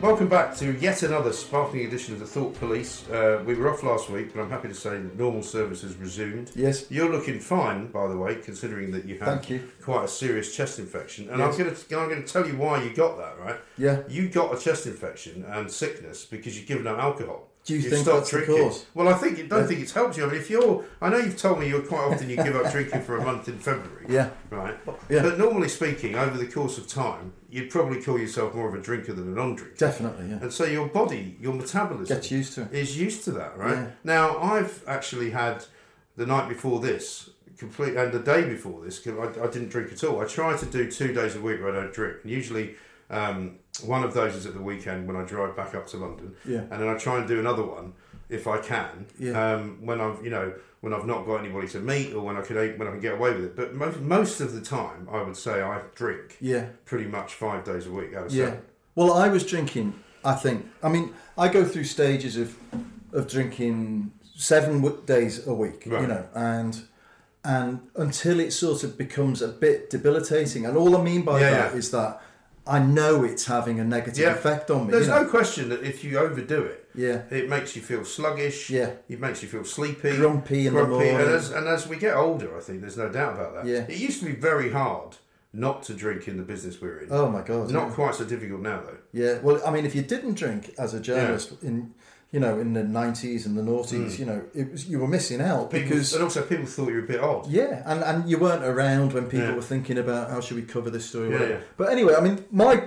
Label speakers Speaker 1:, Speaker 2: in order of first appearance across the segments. Speaker 1: Welcome back to yet another sparkling edition of the Thought Police. Uh, we were off last week, but I'm happy to say that normal service has resumed.
Speaker 2: Yes.
Speaker 1: You're looking fine, by the way, considering that you had
Speaker 2: Thank you.
Speaker 1: quite a serious chest infection. And
Speaker 2: Yes.
Speaker 1: I'm going to I'm going to tell you why you got that, right?
Speaker 2: Yeah.
Speaker 1: You got a chest infection and sickness because you've given up alcohol.
Speaker 2: Do you
Speaker 1: You've
Speaker 2: think
Speaker 1: stopped
Speaker 2: that's the
Speaker 1: drinking.
Speaker 2: cause?
Speaker 1: Well, I think don't think it's helped you. I mean, if you're, I know you've told me you're quite often you give up drinking for a month in February.
Speaker 2: Yeah.
Speaker 1: Right.
Speaker 2: Yeah.
Speaker 1: But normally speaking, over the course of time, you'd probably call yourself more of a drinker than a non-drinker.
Speaker 2: Definitely, yeah.
Speaker 1: And so your body, your metabolism
Speaker 2: Gets used to it.
Speaker 1: is used to that, right?
Speaker 2: Yeah.
Speaker 1: Now I've actually had the night before this complete and the day before this 'cause I, I didn't drink at all. I try to do two days a week where I don't drink. And usually um, one of those is at the weekend when I drive back up to London,
Speaker 2: Yeah.
Speaker 1: and then I try and do another one if I can.
Speaker 2: Yeah.
Speaker 1: Um, when I've you know when I've not got anybody to meet or when I can when I can get away with it. But most most of the time, I would say I drink.
Speaker 2: Yeah.
Speaker 1: Pretty much five days a week out of
Speaker 2: Yeah.
Speaker 1: seven.
Speaker 2: Well, I was drinking. I think. I mean, I go through stages of of drinking seven w- days a week. You
Speaker 1: Right.
Speaker 2: know, and and until it sort of becomes a bit debilitating. And all I mean by
Speaker 1: Yeah,
Speaker 2: that is
Speaker 1: yeah.
Speaker 2: that I know it's having a negative
Speaker 1: Yeah.
Speaker 2: effect on me.
Speaker 1: There's
Speaker 2: you know.
Speaker 1: no question that if you overdo it,
Speaker 2: Yeah.
Speaker 1: it makes you feel sluggish.
Speaker 2: Yeah.
Speaker 1: it makes you feel sleepy,
Speaker 2: Grumpy in the
Speaker 1: And
Speaker 2: morning.
Speaker 1: as, and as we get older, I think there's no doubt about that.
Speaker 2: Yeah.
Speaker 1: it used to be very hard not to drink in the business we're in.
Speaker 2: Oh my god.
Speaker 1: Not
Speaker 2: yeah.
Speaker 1: quite so difficult now though.
Speaker 2: Yeah, well, I mean, if you didn't drink as a journalist in, you know, in the nineties and the noughties, you know, it was you were missing out
Speaker 1: Mm. People,
Speaker 2: because
Speaker 1: and also people thought you were a bit odd.
Speaker 2: yeah, and and you weren't around when people
Speaker 1: Yeah.
Speaker 2: were thinking about how should we cover this story.
Speaker 1: Yeah,
Speaker 2: whatever.
Speaker 1: yeah.
Speaker 2: But anyway, I mean, my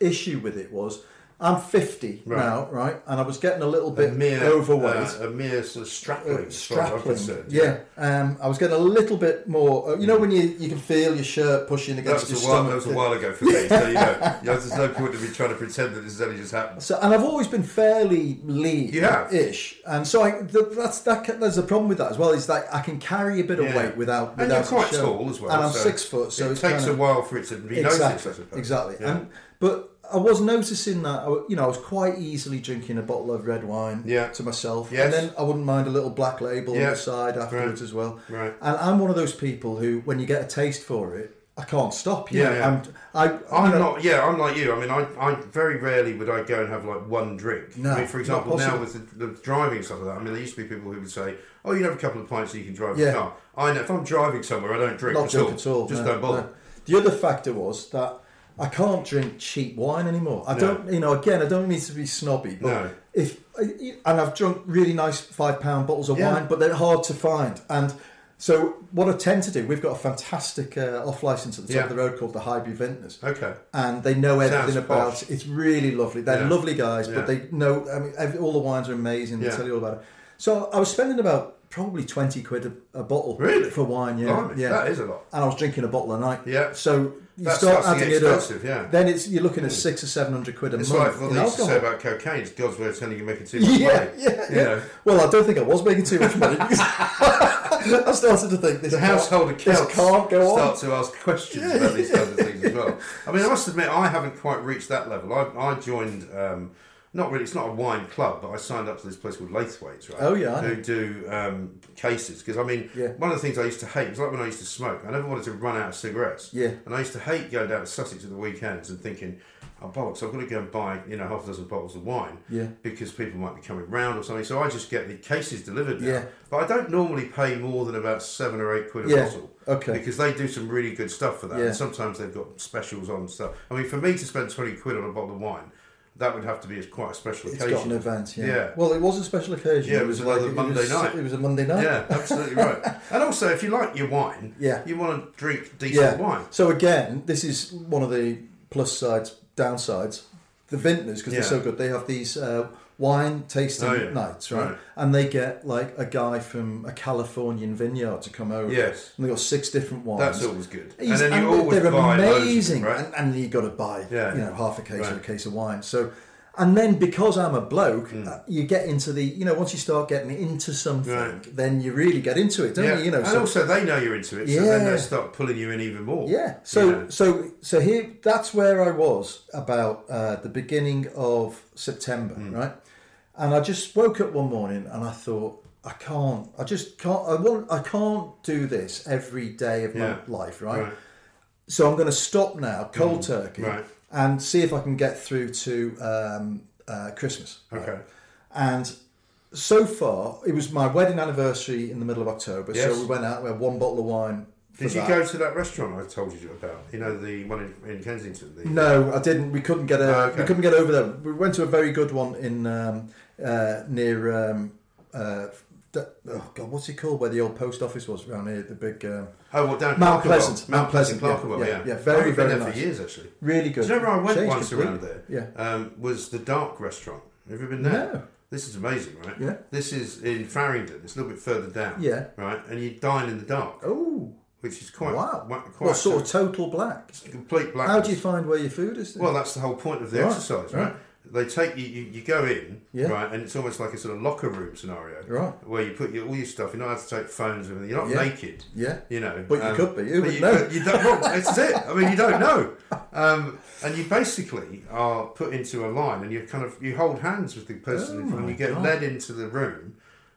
Speaker 2: issue with it was I'm fifty
Speaker 1: Right.
Speaker 2: now, right, and I was getting a little
Speaker 1: A
Speaker 2: bit
Speaker 1: mere
Speaker 2: overweight.
Speaker 1: uh, a mere sort of strappling. as far as I'm
Speaker 2: Strappling,
Speaker 1: concerned.
Speaker 2: yeah. Um, I was getting a little bit more. uh, You know, when you, you can feel your shirt pushing
Speaker 1: That
Speaker 2: against
Speaker 1: was, a
Speaker 2: your
Speaker 1: while,
Speaker 2: stomach.
Speaker 1: that was a while ago for me, so you know, there's no point to be trying to pretend that this has only just happened.
Speaker 2: So, and I've always been fairly lean-ish,
Speaker 1: You have.
Speaker 2: and so I, th that's that. ca- There's a problem with that as well. Is that I can carry a bit of
Speaker 1: Yeah.
Speaker 2: weight without.
Speaker 1: And
Speaker 2: without
Speaker 1: you're quite
Speaker 2: it showing.
Speaker 1: tall as well.
Speaker 2: and I'm
Speaker 1: so
Speaker 2: six foot, so
Speaker 1: it
Speaker 2: it's
Speaker 1: takes
Speaker 2: kinda-
Speaker 1: a while for it to be
Speaker 2: exactly,
Speaker 1: noticed. I suppose.
Speaker 2: exactly.
Speaker 1: Yeah.
Speaker 2: And but I was noticing that I, w- you know I was quite easily drinking a bottle of red wine
Speaker 1: Yeah.
Speaker 2: to myself,
Speaker 1: Yes.
Speaker 2: and then I wouldn't mind a little black label on
Speaker 1: Yeah.
Speaker 2: the side afterwards as well.
Speaker 1: Right.
Speaker 2: And I'm one of those people who, when you get a taste for it, I can't stop. You
Speaker 1: Yeah,
Speaker 2: know,
Speaker 1: yeah.
Speaker 2: I'm, I, you
Speaker 1: I'm
Speaker 2: know,
Speaker 1: not. Yeah, I'm like you. I mean, I, I very rarely would I go and have like one drink.
Speaker 2: No,
Speaker 1: I mean, for
Speaker 2: not
Speaker 1: example, now
Speaker 2: possible.
Speaker 1: with the, the driving and stuff like that. I mean, there used to be people who would say, "Oh, you can have a couple of pints so you can drive
Speaker 2: Yeah.
Speaker 1: the car." I know if I'm driving somewhere, I don't drink
Speaker 2: not
Speaker 1: at
Speaker 2: drink
Speaker 1: all.
Speaker 2: at all.
Speaker 1: Just
Speaker 2: no,
Speaker 1: don't bother.
Speaker 2: no. The other factor was that I can't drink cheap wine anymore. I don't, you know, again, I don't need to be snobby, but
Speaker 1: No.
Speaker 2: if and I've drunk really nice five pound bottles of
Speaker 1: Yeah.
Speaker 2: wine, but they're hard to find. And so, what I tend to do, we've got a fantastic uh, off license at the top
Speaker 1: Yeah.
Speaker 2: of the road called the Highbury Vintners
Speaker 1: Okay.
Speaker 2: and they know everything
Speaker 1: Sounds
Speaker 2: about
Speaker 1: posh.
Speaker 2: it. It's really lovely. They're
Speaker 1: Yeah.
Speaker 2: lovely guys,
Speaker 1: Yeah.
Speaker 2: but they know. I mean, every, all the wines are amazing. They
Speaker 1: Yeah.
Speaker 2: tell you all about it. So I was spending about probably twenty quid a, a bottle
Speaker 1: Really?
Speaker 2: for wine. Yeah,
Speaker 1: Blimey,
Speaker 2: yeah,
Speaker 1: that is a lot.
Speaker 2: And I was drinking a bottle a night.
Speaker 1: Yeah.
Speaker 2: So you
Speaker 1: That
Speaker 2: start
Speaker 1: starts to get
Speaker 2: adding it up.
Speaker 1: expensive, yeah. Hmm.
Speaker 2: Then it's you're looking at six or seven hundred quid a
Speaker 1: It's
Speaker 2: month.
Speaker 1: like what
Speaker 2: in
Speaker 1: they used to say
Speaker 2: alcohol.
Speaker 1: about cocaine. It's God's way of telling you making too much
Speaker 2: yeah,
Speaker 1: money.
Speaker 2: yeah,
Speaker 1: You
Speaker 2: yeah.
Speaker 1: know.
Speaker 2: Well, I don't think I was making too much money. I started to think this
Speaker 1: The household
Speaker 2: can't,
Speaker 1: accounts
Speaker 2: this can't go on.
Speaker 1: start to ask questions about these kinds of things as well. I mean, I must admit, I haven't quite reached that level. I, I joined um, not really. It's not a wine club, but I signed up to this place called Laithwaite's, right?
Speaker 2: Oh, yeah, I
Speaker 1: Who
Speaker 2: know.
Speaker 1: do um, cases? Because I mean,
Speaker 2: Yeah.
Speaker 1: one of the things I used to hate it was like when I used to smoke. I never wanted to run out of cigarettes.
Speaker 2: Yeah.
Speaker 1: And I used to hate going down to Sussex at the weekends and thinking, oh bollocks, I've got to go and buy you know half a dozen bottles of wine.
Speaker 2: Yeah.
Speaker 1: Because people might be coming round or something. So I just get the cases delivered now.
Speaker 2: Yeah.
Speaker 1: But I don't normally pay more than about seven or eight quid a
Speaker 2: Yeah,
Speaker 1: bottle.
Speaker 2: okay.
Speaker 1: Because they do some really good stuff for that.
Speaker 2: Yeah.
Speaker 1: And sometimes they've got specials on and stuff. I mean, for me to spend 20 quid on a bottle of wine, that would have to be quite a special
Speaker 2: It's
Speaker 1: occasion.
Speaker 2: got an event, yeah.
Speaker 1: Yeah.
Speaker 2: Well, it was a special occasion.
Speaker 1: Yeah, it was another Monday
Speaker 2: was-
Speaker 1: night.
Speaker 2: It was a Monday night.
Speaker 1: Yeah, absolutely right. And also, if you like your wine,
Speaker 2: Yeah.
Speaker 1: you want to drink
Speaker 2: Yeah.
Speaker 1: decent wine.
Speaker 2: So again, this is one of the plus sides, downsides. The vintners, because
Speaker 1: Yeah.
Speaker 2: they're so good, they have these uh, wine tasting
Speaker 1: Oh, yeah.
Speaker 2: nights, right?
Speaker 1: Right.
Speaker 2: And they get like a guy from a Californian vineyard to come over.
Speaker 1: Yes.
Speaker 2: And they got six different wines.
Speaker 1: That's always good.
Speaker 2: He's-
Speaker 1: and then you
Speaker 2: they-
Speaker 1: always
Speaker 2: they're
Speaker 1: buy loads of them,
Speaker 2: amazing,
Speaker 1: right?
Speaker 2: and, and you got to buy
Speaker 1: Yeah.
Speaker 2: you know half a case or a
Speaker 1: Right.
Speaker 2: case of wine. So, and then because I'm a bloke,
Speaker 1: Mm.
Speaker 2: uh, you get into the you know once you start getting into something,
Speaker 1: Right.
Speaker 2: then you really get into it, don't
Speaker 1: yeah.
Speaker 2: you? You know,
Speaker 1: and
Speaker 2: so,
Speaker 1: also they know you're into it, so then
Speaker 2: Yeah.
Speaker 1: they start pulling you in even more.
Speaker 2: yeah. So
Speaker 1: You know?
Speaker 2: so so here that's where I was about uh, the beginning of September,
Speaker 1: Hmm.
Speaker 2: right? And I just woke up one morning and I thought I can't. I just can't. I want. I can't do this every day of my
Speaker 1: Yeah.
Speaker 2: life, right?
Speaker 1: Right. Hmm.
Speaker 2: So I'm going to stop now, cold turkey,
Speaker 1: right.
Speaker 2: and see if I can get through to um, uh, Christmas. right?
Speaker 1: Okay.
Speaker 2: And so far, it was my wedding anniversary in the middle of October.
Speaker 1: Yes.
Speaker 2: So we went out. We had one bottle of wine. for
Speaker 1: Did you
Speaker 2: that.
Speaker 1: go to that restaurant I told you about? You know, the one in, in Kensington? The,
Speaker 2: No, I didn't. We couldn't get a,
Speaker 1: Oh, okay.
Speaker 2: we couldn't get over there. We went to a very good one in um, uh, near um, uh, the, oh god, what's it called? Where the old post office was around here, the big um,
Speaker 1: Oh, well, down Clerkenwell.
Speaker 2: Mount Pleasant. Mount Pleasant,
Speaker 1: Clerkenwell,
Speaker 2: yeah,
Speaker 1: yeah,
Speaker 2: yeah, yeah, very,
Speaker 1: I've been
Speaker 2: very
Speaker 1: there
Speaker 2: nice.
Speaker 1: for years, actually.
Speaker 2: really good.
Speaker 1: Do you know where I went
Speaker 2: Changed
Speaker 1: once around
Speaker 2: completely.
Speaker 1: there?
Speaker 2: Yeah,
Speaker 1: Um, was the Dark Restaurant. Have you been there?
Speaker 2: No.
Speaker 1: This is amazing, right?
Speaker 2: Yeah.
Speaker 1: This is in Farringdon. It's a little bit further down.
Speaker 2: Yeah.
Speaker 1: Right, and you dine in the dark,
Speaker 2: oh
Speaker 1: which is Uh, quite
Speaker 2: wow,
Speaker 1: wa- Quite
Speaker 2: what sort of total black?
Speaker 1: complete black.
Speaker 2: How do you find where your food is? then?
Speaker 1: Well, that's the whole point of the
Speaker 2: Right,
Speaker 1: exercise, right?
Speaker 2: right.
Speaker 1: They take you, you, you go in,
Speaker 2: Yeah.
Speaker 1: right, and it's almost like a sort of locker room scenario,
Speaker 2: Right.
Speaker 1: Where you put your, all your stuff. You're not allowed to take phones. and everything. You're not
Speaker 2: Yeah.
Speaker 1: naked.
Speaker 2: Yeah.
Speaker 1: You know, um,
Speaker 2: But you could be. Who
Speaker 1: but
Speaker 2: would
Speaker 1: you,
Speaker 2: know?
Speaker 1: but you don't. Well, this is it. I mean, you don't know. Um, and you basically are put into a line, and you kind of you hold hands with the person,
Speaker 2: Oh
Speaker 1: in front, and you get led into the room,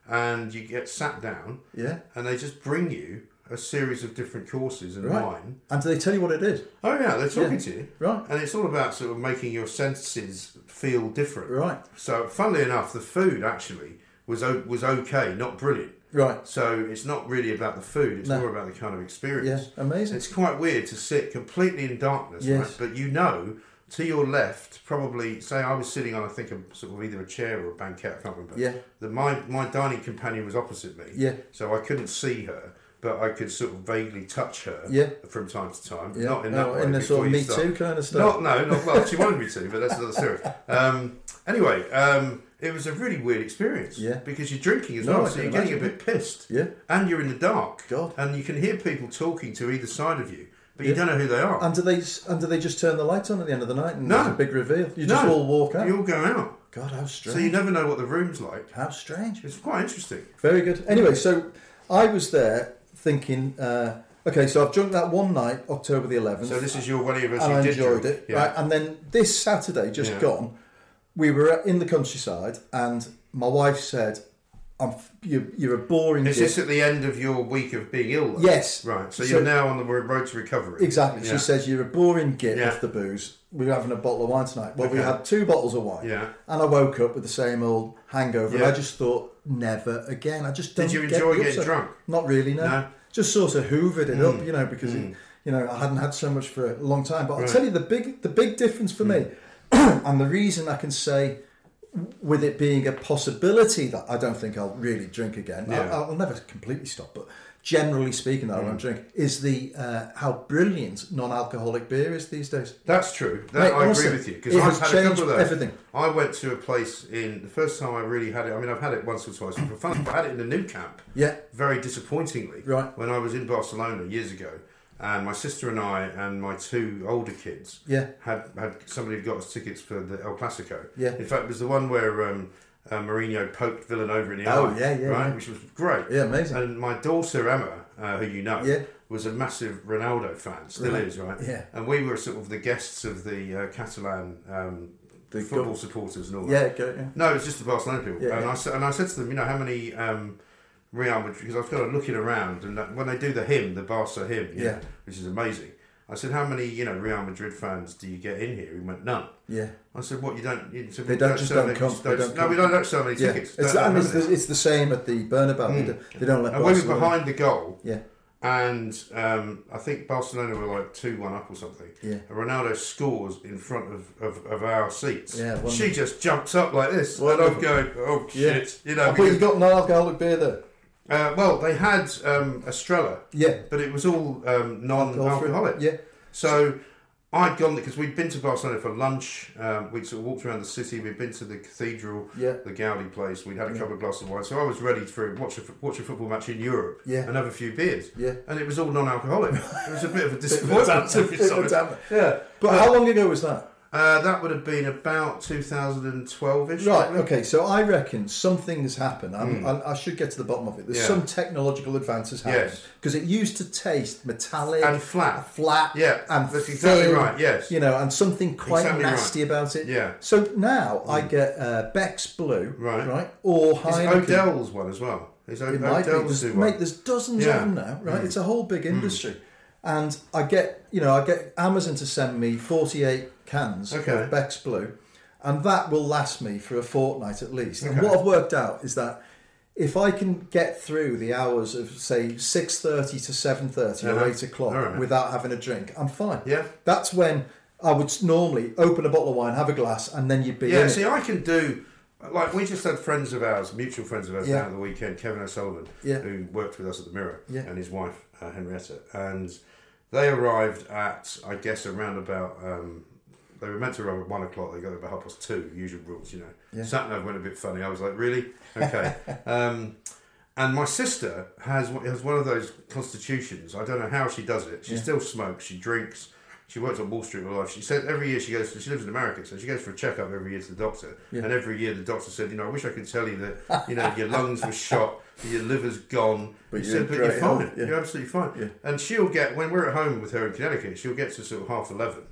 Speaker 1: and you get sat down.
Speaker 2: Yeah.
Speaker 1: And they just bring you a series of different courses and
Speaker 2: right.
Speaker 1: wine.
Speaker 2: And do they tell you what it is?
Speaker 1: Oh yeah, they're talking
Speaker 2: Yeah.
Speaker 1: to you,
Speaker 2: Right.
Speaker 1: And it's all about sort of making your senses feel different,
Speaker 2: Right.
Speaker 1: So, funnily enough, the food actually was o- was okay, not brilliant,
Speaker 2: Right.
Speaker 1: So it's not really about the food; it's
Speaker 2: No.
Speaker 1: more about the kind of experience.
Speaker 2: Yeah, amazing.
Speaker 1: It's quite weird to sit completely in darkness,
Speaker 2: Yes.
Speaker 1: right? But you know, to your left, probably say I was sitting on, I think, a, sort of either a chair or a banquette, I can't remember.
Speaker 2: Yeah.
Speaker 1: That my my dining companion was opposite me.
Speaker 2: Yeah.
Speaker 1: So I couldn't see her. But I could sort of vaguely touch her
Speaker 2: Yeah.
Speaker 1: from time to time.
Speaker 2: Yeah.
Speaker 1: Not in
Speaker 2: Oh,
Speaker 1: that way.
Speaker 2: in the
Speaker 1: before
Speaker 2: sort of
Speaker 1: you
Speaker 2: Me
Speaker 1: start.
Speaker 2: Too kind of stuff.
Speaker 1: Not, no, not well. She wanted me to, but that's another story. Um, anyway, um, it was a really weird experience.
Speaker 2: Yeah.
Speaker 1: Because you're drinking as
Speaker 2: No, I
Speaker 1: well, so
Speaker 2: can
Speaker 1: you're getting a
Speaker 2: imagine.
Speaker 1: bit pissed.
Speaker 2: Yeah.
Speaker 1: And you're in the dark.
Speaker 2: God.
Speaker 1: And you can hear people talking to either side of you, but you don't know who they are.
Speaker 2: And do they and do they just turn the light on at the end of the night and
Speaker 1: No.
Speaker 2: there's a big reveal? You
Speaker 1: No,
Speaker 2: just all walk out.
Speaker 1: You all go out.
Speaker 2: God, how strange!
Speaker 1: So you never know what the room's like.
Speaker 2: how strange.
Speaker 1: It's quite interesting.
Speaker 2: Very good. Anyway, so I was there thinking, uh, okay, so I've drunk that one night, October the 11th,
Speaker 1: So this is your one of us
Speaker 2: and
Speaker 1: who
Speaker 2: I
Speaker 1: did
Speaker 2: enjoyed
Speaker 1: drink.
Speaker 2: it.
Speaker 1: Yeah.
Speaker 2: Right, and then this Saturday, just
Speaker 1: Yeah.
Speaker 2: gone, we were in the countryside, and my wife said, "I'm f- you're, you're a boring."
Speaker 1: Is
Speaker 2: git."
Speaker 1: this at the end of your week of being ill? Though?
Speaker 2: Yes.
Speaker 1: Right. So,
Speaker 2: So-
Speaker 1: you're now on the road to recovery.
Speaker 2: Exactly.
Speaker 1: Yeah.
Speaker 2: She says you're a boring git
Speaker 1: Yeah.
Speaker 2: off the booze. We were having a bottle of wine tonight. Well, we
Speaker 1: Okay.
Speaker 2: had two bottles of wine.
Speaker 1: Yeah.
Speaker 2: And I woke up with the same old hangover.
Speaker 1: Yeah.
Speaker 2: And I just thought, never again. I just don't.
Speaker 1: you
Speaker 2: get
Speaker 1: enjoy
Speaker 2: the
Speaker 1: getting
Speaker 2: upset.
Speaker 1: drunk?
Speaker 2: Not really. No.
Speaker 1: No? Mm.
Speaker 2: Just sort of hoovered it up, you know, because it, you know I hadn't had so much for a long time. But I'll
Speaker 1: Right. Mm.
Speaker 2: tell you the big the big difference for me, and the reason I can say. With it being a possibility that I don't think I'll really drink again,
Speaker 1: Yeah. Mm.
Speaker 2: I, I'll never completely stop, but generally speaking, that I won't drink is the uh, how brilliant non-alcoholic beer is these days.
Speaker 1: That's true. That,
Speaker 2: Mate,
Speaker 1: I
Speaker 2: honestly,
Speaker 1: agree with you because I've
Speaker 2: it has
Speaker 1: had a
Speaker 2: changed
Speaker 1: couple of those.
Speaker 2: everything.
Speaker 1: I went to a place in the first time I really had it. I mean, I've had it once or twice for fun. but I had it in a new camp.
Speaker 2: Yeah.
Speaker 1: Very disappointingly.
Speaker 2: Right.
Speaker 1: When I was in Barcelona years ago, and my sister and I and my two older kids.
Speaker 2: Yeah.
Speaker 1: Had had somebody had got us tickets for the El Clasico.
Speaker 2: Yeah.
Speaker 1: In fact, it was the one where. Um, uh, Mourinho poked Villanova in the
Speaker 2: Oh,
Speaker 1: eye,
Speaker 2: yeah, yeah,
Speaker 1: right,
Speaker 2: yeah.
Speaker 1: which was great.
Speaker 2: Yeah, amazing.
Speaker 1: And my daughter Emma, uh, who you know,
Speaker 2: Yeah.
Speaker 1: was a massive Ronaldo fan, still
Speaker 2: Right.
Speaker 1: is, right?
Speaker 2: Yeah.
Speaker 1: And we were sort of the guests of the uh, Catalan um,
Speaker 2: the
Speaker 1: football
Speaker 2: gov-
Speaker 1: supporters and all that.
Speaker 2: Yeah, go, yeah.
Speaker 1: No, it's just the Barcelona people.
Speaker 2: Yeah,
Speaker 1: and
Speaker 2: yeah.
Speaker 1: I said, and I said to them, you know, how many um, Real Madrid? Because I've got looking around, and that, when they do the hymn, the Barca hymn, you
Speaker 2: Yeah.
Speaker 1: know, which is amazing. I said, how many you know Real Madrid fans do you get in here? He went, none.
Speaker 2: Yeah.
Speaker 1: I said, what you don't? You, so
Speaker 2: They
Speaker 1: we
Speaker 2: don't just
Speaker 1: sell
Speaker 2: don't
Speaker 1: any-
Speaker 2: come,
Speaker 1: just
Speaker 2: they don't
Speaker 1: no, we
Speaker 2: come.
Speaker 1: don't, don't sell any
Speaker 2: Yeah,
Speaker 1: tickets.
Speaker 2: it's,
Speaker 1: Don't-
Speaker 2: and
Speaker 1: don't
Speaker 2: it's,
Speaker 1: have
Speaker 2: the,
Speaker 1: any.
Speaker 2: it's the same at the Bernabeu. They, don't, they don't let
Speaker 1: Mm. And we were
Speaker 2: Barcelona-
Speaker 1: behind the goal.
Speaker 2: Yeah.
Speaker 1: And um, I think Barcelona were like 2 1 up or something.
Speaker 2: Yeah.
Speaker 1: And Ronaldo scores in front of, of, of our seats.
Speaker 2: Yeah, wonderful.
Speaker 1: she just jumps up like this. And I'm
Speaker 2: Wonderful.
Speaker 1: going, oh
Speaker 2: Yeah.
Speaker 1: shit. You know,
Speaker 2: I thought you
Speaker 1: because-
Speaker 2: got non-alcoholic beer there.
Speaker 1: uh, well, they had um, Estrella,
Speaker 2: Yeah.
Speaker 1: but it was all um, non alcoholic.
Speaker 2: Yeah.
Speaker 1: So I'd gone because we'd been to Barcelona for lunch. Um, we'd sort of walked around the city. We'd been to the cathedral,
Speaker 2: Yeah.
Speaker 1: the Gaudi place. We'd had a couple of glasses of wine. So I was ready to watch a f- watch a football match in Europe
Speaker 2: Yeah.
Speaker 1: and have a few beers.
Speaker 2: Yeah.
Speaker 1: and it was all non-alcoholic. it was a bit of a disappointment. to be
Speaker 2: Damn it.
Speaker 1: honest.
Speaker 2: Yeah. But how long ago was that?
Speaker 1: Uh, that would have been about 2012ish.
Speaker 2: Right. Okay. So I reckon something has happened. I'm, I, I should get to the bottom of it. There's
Speaker 1: Hmm. Yeah.
Speaker 2: some technological advances happening
Speaker 1: Yes.
Speaker 2: because it used to taste metallic
Speaker 1: And flat.
Speaker 2: flat.
Speaker 1: Yeah,
Speaker 2: And
Speaker 1: that's exactly
Speaker 2: thin,
Speaker 1: right, yes.
Speaker 2: You know, and something quite
Speaker 1: Exactly right.
Speaker 2: nasty about it.
Speaker 1: Yeah. Hmm.
Speaker 2: So now I get uh, Beck's Blue.
Speaker 1: Right.
Speaker 2: Right. Or
Speaker 1: It's
Speaker 2: Heineken.
Speaker 1: Odell's one as well. It's o-
Speaker 2: It might be.
Speaker 1: Odell's
Speaker 2: There's,
Speaker 1: new
Speaker 2: mate,
Speaker 1: one.
Speaker 2: there's dozens
Speaker 1: Yeah. Hmm.
Speaker 2: of them now, right? It's a whole big industry. And I get, you know, I get Amazon to send me 48 cans
Speaker 1: Okay.
Speaker 2: of Beck's Blue, and that will last me for a fortnight at least. And what I've worked out is that if I can get through the hours of say 6.30 to 7.30
Speaker 1: Uh-huh.
Speaker 2: or 8 o'clock
Speaker 1: All right.
Speaker 2: without having a drink, I'm fine.
Speaker 1: Yeah.
Speaker 2: That's when I would normally open a bottle of wine, have a glass, and then you'd be
Speaker 1: Yeah,
Speaker 2: in
Speaker 1: see,
Speaker 2: it.
Speaker 1: I can do. Like we just had friends of ours, mutual friends of ours,
Speaker 2: Yeah.
Speaker 1: down at the weekend. Kevin O'Sullivan,
Speaker 2: Yeah.
Speaker 1: who worked with us at the Mirror,
Speaker 2: Yeah.
Speaker 1: and his wife uh, Henrietta, and they arrived at, I guess, around about. Um, they were meant to arrive at one o'clock. They got there about half past two. Usual rules, you know. Sat nav went a bit funny. I was like, really? Okay. um, and my sister has one- has one of those constitutions. I don't know how she does it. She still smokes. She drinks. She works on Wall Street all her life. She said every year she goes. She lives in America, so she goes for a checkup every year to the doctor. And every year the doctor said, you know, I wish I could tell you that you know your lungs were shot, your liver's gone.
Speaker 2: But
Speaker 1: He
Speaker 2: you're
Speaker 1: said,
Speaker 2: in
Speaker 1: but you're
Speaker 2: great
Speaker 1: fine.
Speaker 2: health, yeah.
Speaker 1: You're absolutely fine. And she'll get when we're at home with her in Connecticut, she'll get to sort of half eleven.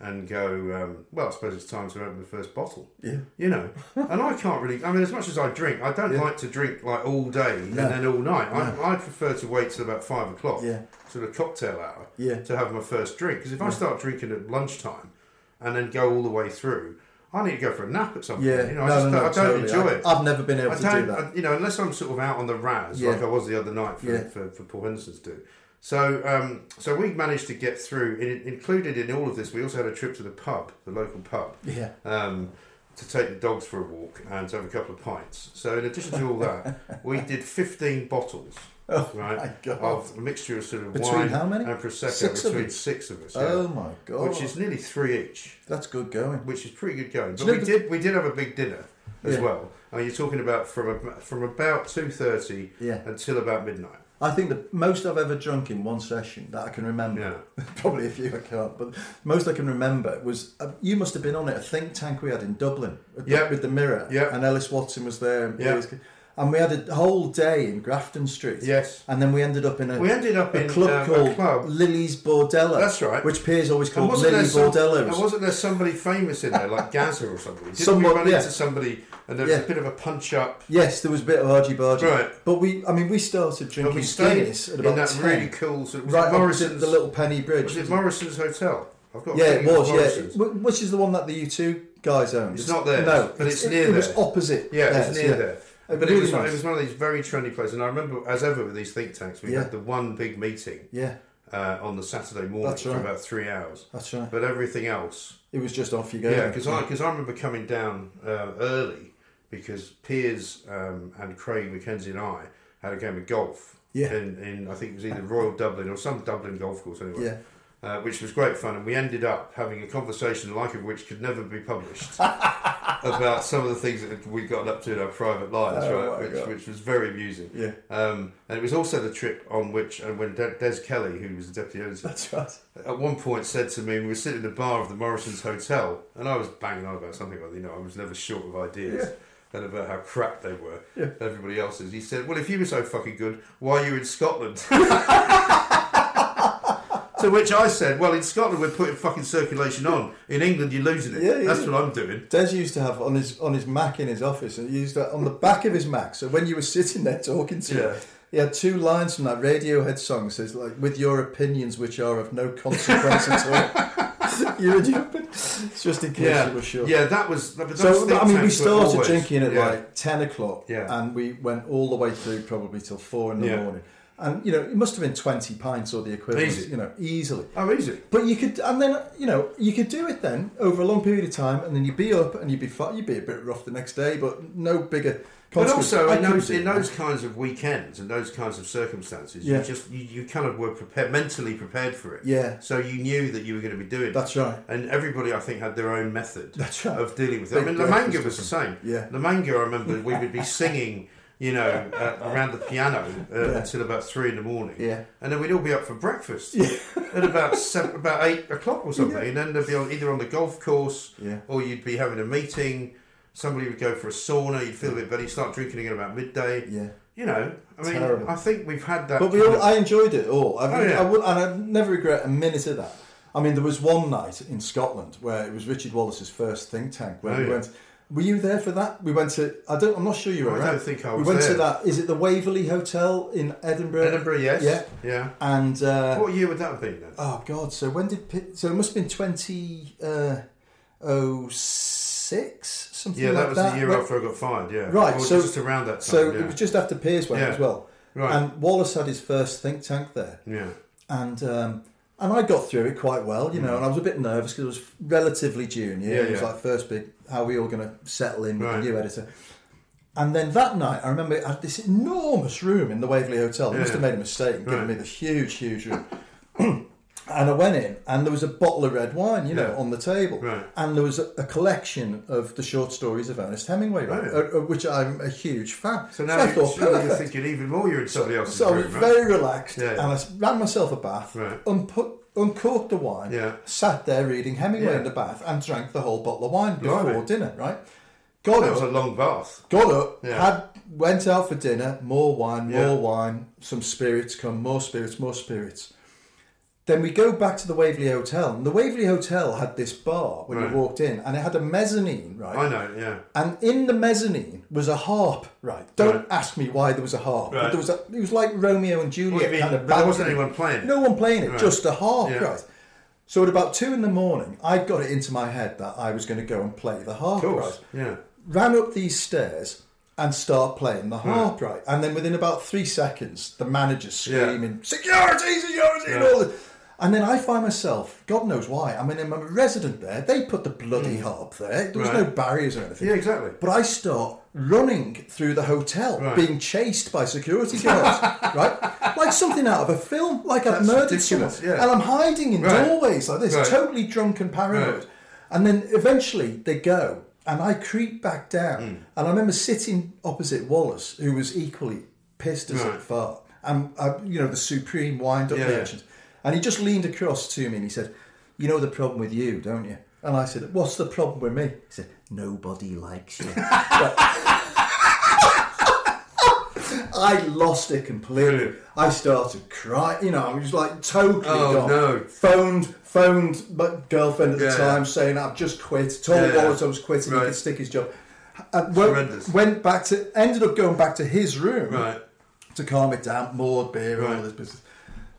Speaker 1: And go. Um, well, I suppose it's time to open the first bottle. Yeah, you know. And I can't really. I mean, as much as I drink, I don't like to drink like all day and then all night. I, I prefer to wait till about five o'clock,
Speaker 2: Yeah.
Speaker 1: sort of cocktail hour,
Speaker 2: Yeah.
Speaker 1: to have my first drink. Because if I start drinking at lunchtime and then go all the way through, I need to go for a nap at some point.
Speaker 2: yeah,
Speaker 1: You know, I
Speaker 2: no,
Speaker 1: just
Speaker 2: no, no,
Speaker 1: don't, I don't
Speaker 2: totally.
Speaker 1: enjoy
Speaker 2: I-
Speaker 1: it.
Speaker 2: I've never been able
Speaker 1: I
Speaker 2: to
Speaker 1: don't,
Speaker 2: do that.
Speaker 1: I- you know, unless I'm sort of out on the raz like
Speaker 2: Yeah.
Speaker 1: I was the other night for,
Speaker 2: Yeah.
Speaker 1: for, for Paul Henderson's do. So, um, so we managed to get through. In, included in all of this, we also had a trip to the pub, the local pub,
Speaker 2: Yeah.
Speaker 1: um, to take the dogs for a walk and to have a couple of pints. So, in addition to all that, we did fifteen bottles. right,
Speaker 2: Oh my God.
Speaker 1: of a mixture of sort of
Speaker 2: Between
Speaker 1: wine
Speaker 2: how many?
Speaker 1: and prosecco
Speaker 2: Six of
Speaker 1: between
Speaker 2: you?
Speaker 1: six of us.
Speaker 2: Oh
Speaker 1: yeah.
Speaker 2: my God.
Speaker 1: Which is nearly three each
Speaker 2: That's good going.
Speaker 1: which is pretty good going. But
Speaker 2: you
Speaker 1: we
Speaker 2: know the-
Speaker 1: did we did have a big dinner as
Speaker 2: Yeah.
Speaker 1: well. And you're talking about from ab- from about two thirty
Speaker 2: Yeah.
Speaker 1: until about midnight.
Speaker 2: I think the most I've ever drunk in one session that I can remember, probably a few I can't, but most I can remember was uh, you must have been on it, a think tank we had in Dublin with, the-
Speaker 1: Yeah.
Speaker 2: with the Mirror,
Speaker 1: Yeah.
Speaker 2: and Ellis Watson was there, and,
Speaker 1: Yeah.
Speaker 2: and we had a whole day in Grafton Street,
Speaker 1: Yes.
Speaker 2: and then we ended up in a
Speaker 1: We ended up
Speaker 2: a
Speaker 1: in,
Speaker 2: club
Speaker 1: um, a
Speaker 2: called
Speaker 1: club.
Speaker 2: Lily's Bordello,
Speaker 1: That's right.
Speaker 2: Uh, which Piers always
Speaker 1: And
Speaker 2: called Lily
Speaker 1: some-
Speaker 2: Bordellos.
Speaker 1: and wasn't there somebody famous in there, like Gazza or somebody? Didn't
Speaker 2: Someone-
Speaker 1: we run
Speaker 2: yeah.
Speaker 1: into somebody and there was
Speaker 2: Yeah.
Speaker 1: a bit of a punch up?
Speaker 2: Yes, there was a bit of argy bargy,
Speaker 1: Right.
Speaker 2: but we, I mean, we started drinking
Speaker 1: And we stayed
Speaker 2: Guinness at
Speaker 1: in
Speaker 2: about
Speaker 1: that
Speaker 2: 10.
Speaker 1: really cool sort of, was
Speaker 2: right
Speaker 1: it
Speaker 2: opposite
Speaker 1: Morrison's
Speaker 2: the little penny bridge.
Speaker 1: was it
Speaker 2: There's-
Speaker 1: Morrison's Hotel? I've got a
Speaker 2: Yeah, it
Speaker 1: feeling
Speaker 2: was. Yeah,
Speaker 1: Morrison's.
Speaker 2: Wh- which is the one that the U two guys own.
Speaker 1: It's not theirs,
Speaker 2: No,
Speaker 1: but it's near
Speaker 2: it, It was
Speaker 1: there.
Speaker 2: opposite.
Speaker 1: Yeah,
Speaker 2: theirs,
Speaker 1: it's near
Speaker 2: yeah.
Speaker 1: there.
Speaker 2: Uh,
Speaker 1: But it,
Speaker 2: really
Speaker 1: was,
Speaker 2: nice.
Speaker 1: it was one of these very trendy places. And I remember, as ever with these think tanks, we
Speaker 2: Yeah.
Speaker 1: had the one big meeting
Speaker 2: Yeah,
Speaker 1: uh, on the Saturday morning
Speaker 2: That's
Speaker 1: for
Speaker 2: right.
Speaker 1: about three hours.
Speaker 2: That's right.
Speaker 1: But everything else,
Speaker 2: it was just off you go.
Speaker 1: yeah, because I because I remember coming down uh, early because Piers um, and Craig McKenzie and I had a game of golf.
Speaker 2: Yeah.
Speaker 1: In, in I think it was either Royal Dublin or some Dublin golf course anyway.
Speaker 2: Yeah.
Speaker 1: Uh, which was great fun, and we ended up having a conversation, the like of which could never be published, about some of the things that we got up to in our private lives,
Speaker 2: Oh, my
Speaker 1: right? Which,
Speaker 2: God.
Speaker 1: which was very amusing.
Speaker 2: Yeah.
Speaker 1: Um, and it was also the trip on which, and when De- Des Kelly, who was the deputy editor,
Speaker 2: That's right.
Speaker 1: at one point said to me, we were sitting in the bar of the Morrison's Hotel, and I was banging on about something like, you know, I was never short of ideas and about how crap they were, everybody else's. He said, well, if you were so fucking good, why are you in Scotland? to which I said, well, in Scotland we're putting fucking circulation on. In England you're losing it.
Speaker 2: Yeah, yeah.
Speaker 1: That's what I'm doing.
Speaker 2: Des used to have on his on his Mac in his office, and he used that on the back of his Mac. So when you were sitting there talking to
Speaker 1: Yeah.
Speaker 2: him, he had two lines from that Radiohead song. It says like, "With your opinions, which are of no consequence at all." You're stupid. It's just in case you were sure.
Speaker 1: yeah, that was. That, was-
Speaker 2: So
Speaker 1: that's
Speaker 2: I mean,
Speaker 1: think
Speaker 2: we
Speaker 1: tanks, but
Speaker 2: started
Speaker 1: always.
Speaker 2: drinking at
Speaker 1: Yeah.
Speaker 2: like ten o'clock,
Speaker 1: Yeah.
Speaker 2: and we went all the way through probably till four in the
Speaker 1: Yeah.
Speaker 2: morning. And you know, it must have been twenty pints or the equivalent.
Speaker 1: Easy.
Speaker 2: You know, easily.
Speaker 1: Oh, easy.
Speaker 2: But you could, and then you know, you could do it then over a long period of time, and then you'd be up and you'd be fi- you'd be a bit rough the next day, but no bigger.
Speaker 1: But
Speaker 2: consequence.
Speaker 1: also
Speaker 2: I
Speaker 1: in those
Speaker 2: could do
Speaker 1: in
Speaker 2: that.
Speaker 1: those kinds of weekends and those kinds of circumstances,
Speaker 2: Yeah.
Speaker 1: you just you, you kind of were prepared mentally prepared for it.
Speaker 2: Yeah.
Speaker 1: So you knew that you were going to be doing.
Speaker 2: That's
Speaker 1: it.
Speaker 2: right.
Speaker 1: And everybody, I think, had their own method.
Speaker 2: That's right.
Speaker 1: Of dealing with it. I
Speaker 2: Big
Speaker 1: mean, the manga
Speaker 2: breakfast
Speaker 1: was the same.
Speaker 2: Yeah.
Speaker 1: The manga, I remember, we would be singing. You know, uh, around the piano uh, until about three in the morning.
Speaker 2: Yeah.
Speaker 1: and then we'd all be up for breakfast at about seven, about eight o'clock or something. And then they'd be on, either on the golf course,
Speaker 2: Yeah.
Speaker 1: or you'd be having a meeting. Somebody would go for a sauna. You'd feel a bit better. You start drinking again about midday.
Speaker 2: Yeah.
Speaker 1: You know, I mean,
Speaker 2: Terrible.
Speaker 1: I think we've had that.
Speaker 2: But we
Speaker 1: kind
Speaker 2: all,
Speaker 1: of-
Speaker 2: I enjoyed it all. I,
Speaker 1: Oh, yeah.
Speaker 2: I would, and I never regret a minute of that. I mean, there was one night in Scotland where it was Richard Wallace's first think tank. Where
Speaker 1: Oh,
Speaker 2: we
Speaker 1: yeah.
Speaker 2: went. Were you there for that? We went to. I don't. I'm not sure you were.
Speaker 1: I
Speaker 2: around.
Speaker 1: don't think I was
Speaker 2: We went
Speaker 1: there.
Speaker 2: to that. Is it the Waverley Hotel in Edinburgh?
Speaker 1: Edinburgh, yes.
Speaker 2: Yeah.
Speaker 1: Yeah.
Speaker 2: And uh,
Speaker 1: What year would that have been then?
Speaker 2: Oh God! So when did Pi- so it must have been twenty uh, oh six something.
Speaker 1: yeah,
Speaker 2: like
Speaker 1: that was the year
Speaker 2: Right-
Speaker 1: after I got fired. Yeah.
Speaker 2: Right.
Speaker 1: Or
Speaker 2: so
Speaker 1: just around that time.
Speaker 2: So
Speaker 1: yeah.
Speaker 2: it was just after Piers went
Speaker 1: Yeah.
Speaker 2: as well.
Speaker 1: Right.
Speaker 2: And Wallace had his first think tank there,
Speaker 1: Yeah.
Speaker 2: and um, and I got through it quite well, you know. And I was a bit nervous because it was relatively junior.
Speaker 1: Hmm. Yeah,
Speaker 2: it was
Speaker 1: yeah.
Speaker 2: like first big. How are we all going to settle in with
Speaker 1: Right.
Speaker 2: the new editor? And then that night, I remember I had this enormous room in the Waverley Hotel. They must have made a mistake and given
Speaker 1: Right.
Speaker 2: me this huge, huge room. and I went in, and there was a bottle of red wine, you know,
Speaker 1: Yeah.
Speaker 2: on the table.
Speaker 1: Right.
Speaker 2: And there was a, a collection of the short stories of Ernest Hemingway, right?
Speaker 1: Right.
Speaker 2: uh, uh, which I'm a huge fan.
Speaker 1: Oh, So now
Speaker 2: I
Speaker 1: you're,
Speaker 2: thought,
Speaker 1: surely you're
Speaker 2: perfect.
Speaker 1: thinking even more. You're in somebody else's
Speaker 2: So I was
Speaker 1: room, right?
Speaker 2: very relaxed,
Speaker 1: Yeah, yeah.
Speaker 2: and I s- ran myself a bath,
Speaker 1: Right.
Speaker 2: unput, uncorked the wine,
Speaker 1: Yeah.
Speaker 2: sat there reading Hemingway
Speaker 1: Yeah.
Speaker 2: in the bath, and drank the whole bottle of wine before
Speaker 1: Blimey.
Speaker 2: dinner. Right? Got
Speaker 1: That was
Speaker 2: up,
Speaker 1: a long bath.
Speaker 2: got up,
Speaker 1: Yeah.
Speaker 2: had went out for dinner, more wine, more
Speaker 1: Yeah.
Speaker 2: wine, some spirits come, more spirits, more spirits. Then we go back to the Waverley Hotel, and the Waverley Hotel had this bar when
Speaker 1: Right.
Speaker 2: you walked in, and it had a mezzanine, right?
Speaker 1: I know. Yeah.
Speaker 2: And in the mezzanine was a harp, right? Don't
Speaker 1: Right.
Speaker 2: ask me why there was a harp. But
Speaker 1: Right.
Speaker 2: there was a, it was like Romeo and Juliet
Speaker 1: What do you mean?
Speaker 2: kind of.
Speaker 1: But there wasn't
Speaker 2: balcony.
Speaker 1: anyone playing it?
Speaker 2: No one playing it,
Speaker 1: Right.
Speaker 2: just a harp,
Speaker 1: Yeah.
Speaker 2: right? So at about two in the morning, I got it into my head that I was going to go and play the harp,
Speaker 1: Of course.
Speaker 2: right?
Speaker 1: Yeah.
Speaker 2: Ran up these stairs and start playing the harp, right? And then within about three seconds, the manager's
Speaker 1: Hmm. Yeah.
Speaker 2: screaming, "Security, security!" and
Speaker 1: Yeah.
Speaker 2: all this. And then I find myself, God knows why. I mean, I'm a resident there. They put the bloody harp there. There was no
Speaker 1: Hmm. Right.
Speaker 2: barriers or anything.
Speaker 1: Yeah. Exactly.
Speaker 2: But I start running through the hotel, being chased by security guards, right? Like something out of a film, like I've
Speaker 1: That's
Speaker 2: murdered someone.
Speaker 1: ridiculous, yeah.
Speaker 2: And I'm hiding in
Speaker 1: Right.
Speaker 2: doorways like this,
Speaker 1: Right.
Speaker 2: totally drunk and paranoid.
Speaker 1: Right.
Speaker 2: And then eventually they go, and I creep back down.
Speaker 1: Hmm.
Speaker 2: And I remember sitting opposite Wallace, who was equally pissed as a
Speaker 1: Right.
Speaker 2: fart, and uh, you know the supreme wind-up
Speaker 1: Yeah, yeah.
Speaker 2: versions. And he just leaned across to me and he said, "You know the problem with you, don't you?" And I said, "What's the problem with me?" He said, "Nobody likes you." I lost it completely.
Speaker 1: Brilliant.
Speaker 2: I started crying. You know, I was like totally
Speaker 1: Oh,
Speaker 2: gone.
Speaker 1: no.
Speaker 2: Phoned, phoned my girlfriend at the
Speaker 1: Yeah.
Speaker 2: time saying I've just quit. Told
Speaker 1: Yeah.
Speaker 2: Wallace I was quitting. He
Speaker 1: Right.
Speaker 2: could stick his job. And went,
Speaker 1: Horrendous.
Speaker 2: went back to ended up going back to his room
Speaker 1: Right.
Speaker 2: to calm it down, more beer,
Speaker 1: Right.
Speaker 2: all this business.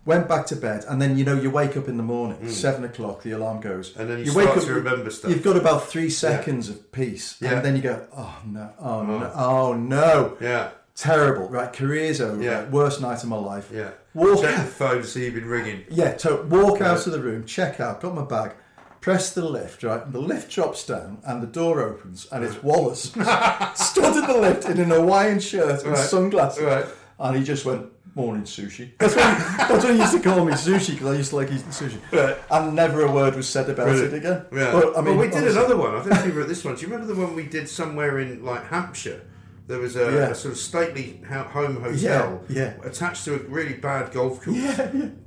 Speaker 2: Went back to bed, and then you know you wake up in the morning, seven o'clock, the alarm goes,
Speaker 1: Mm. And then you start to remember stuff.
Speaker 2: You've got about three seconds of peace,
Speaker 1: Yeah.
Speaker 2: and then you go, oh no, oh, no, oh no,
Speaker 1: Yeah.
Speaker 2: terrible, right? Career's over,
Speaker 1: Yeah.
Speaker 2: right? worst night of my life.
Speaker 1: Yeah.
Speaker 2: walk,
Speaker 1: Check the phone to see you've been ringing.
Speaker 2: yeah, to walk out of the room, check out, got my bag, press the lift, right? And the lift drops down, and the door opens, and it's Wallace stood in the lift in an Hawaiian shirt and
Speaker 1: Right.
Speaker 2: sunglasses,
Speaker 1: Right.
Speaker 2: and he just went. Morning sushi. That's what, he, that's what he used to call me sushi because I used to like eating sushi.
Speaker 1: Right.
Speaker 2: And never a word was said about it again.
Speaker 1: Yeah.
Speaker 2: But, I mean,
Speaker 1: well, we did
Speaker 2: honestly-
Speaker 1: another one. I think we were at this one. Do you remember the one we did somewhere in like Hampshire? There was a,
Speaker 2: Yeah.
Speaker 1: a sort of stately ho- home hotel
Speaker 2: Yeah, yeah.
Speaker 1: attached to a really bad golf course.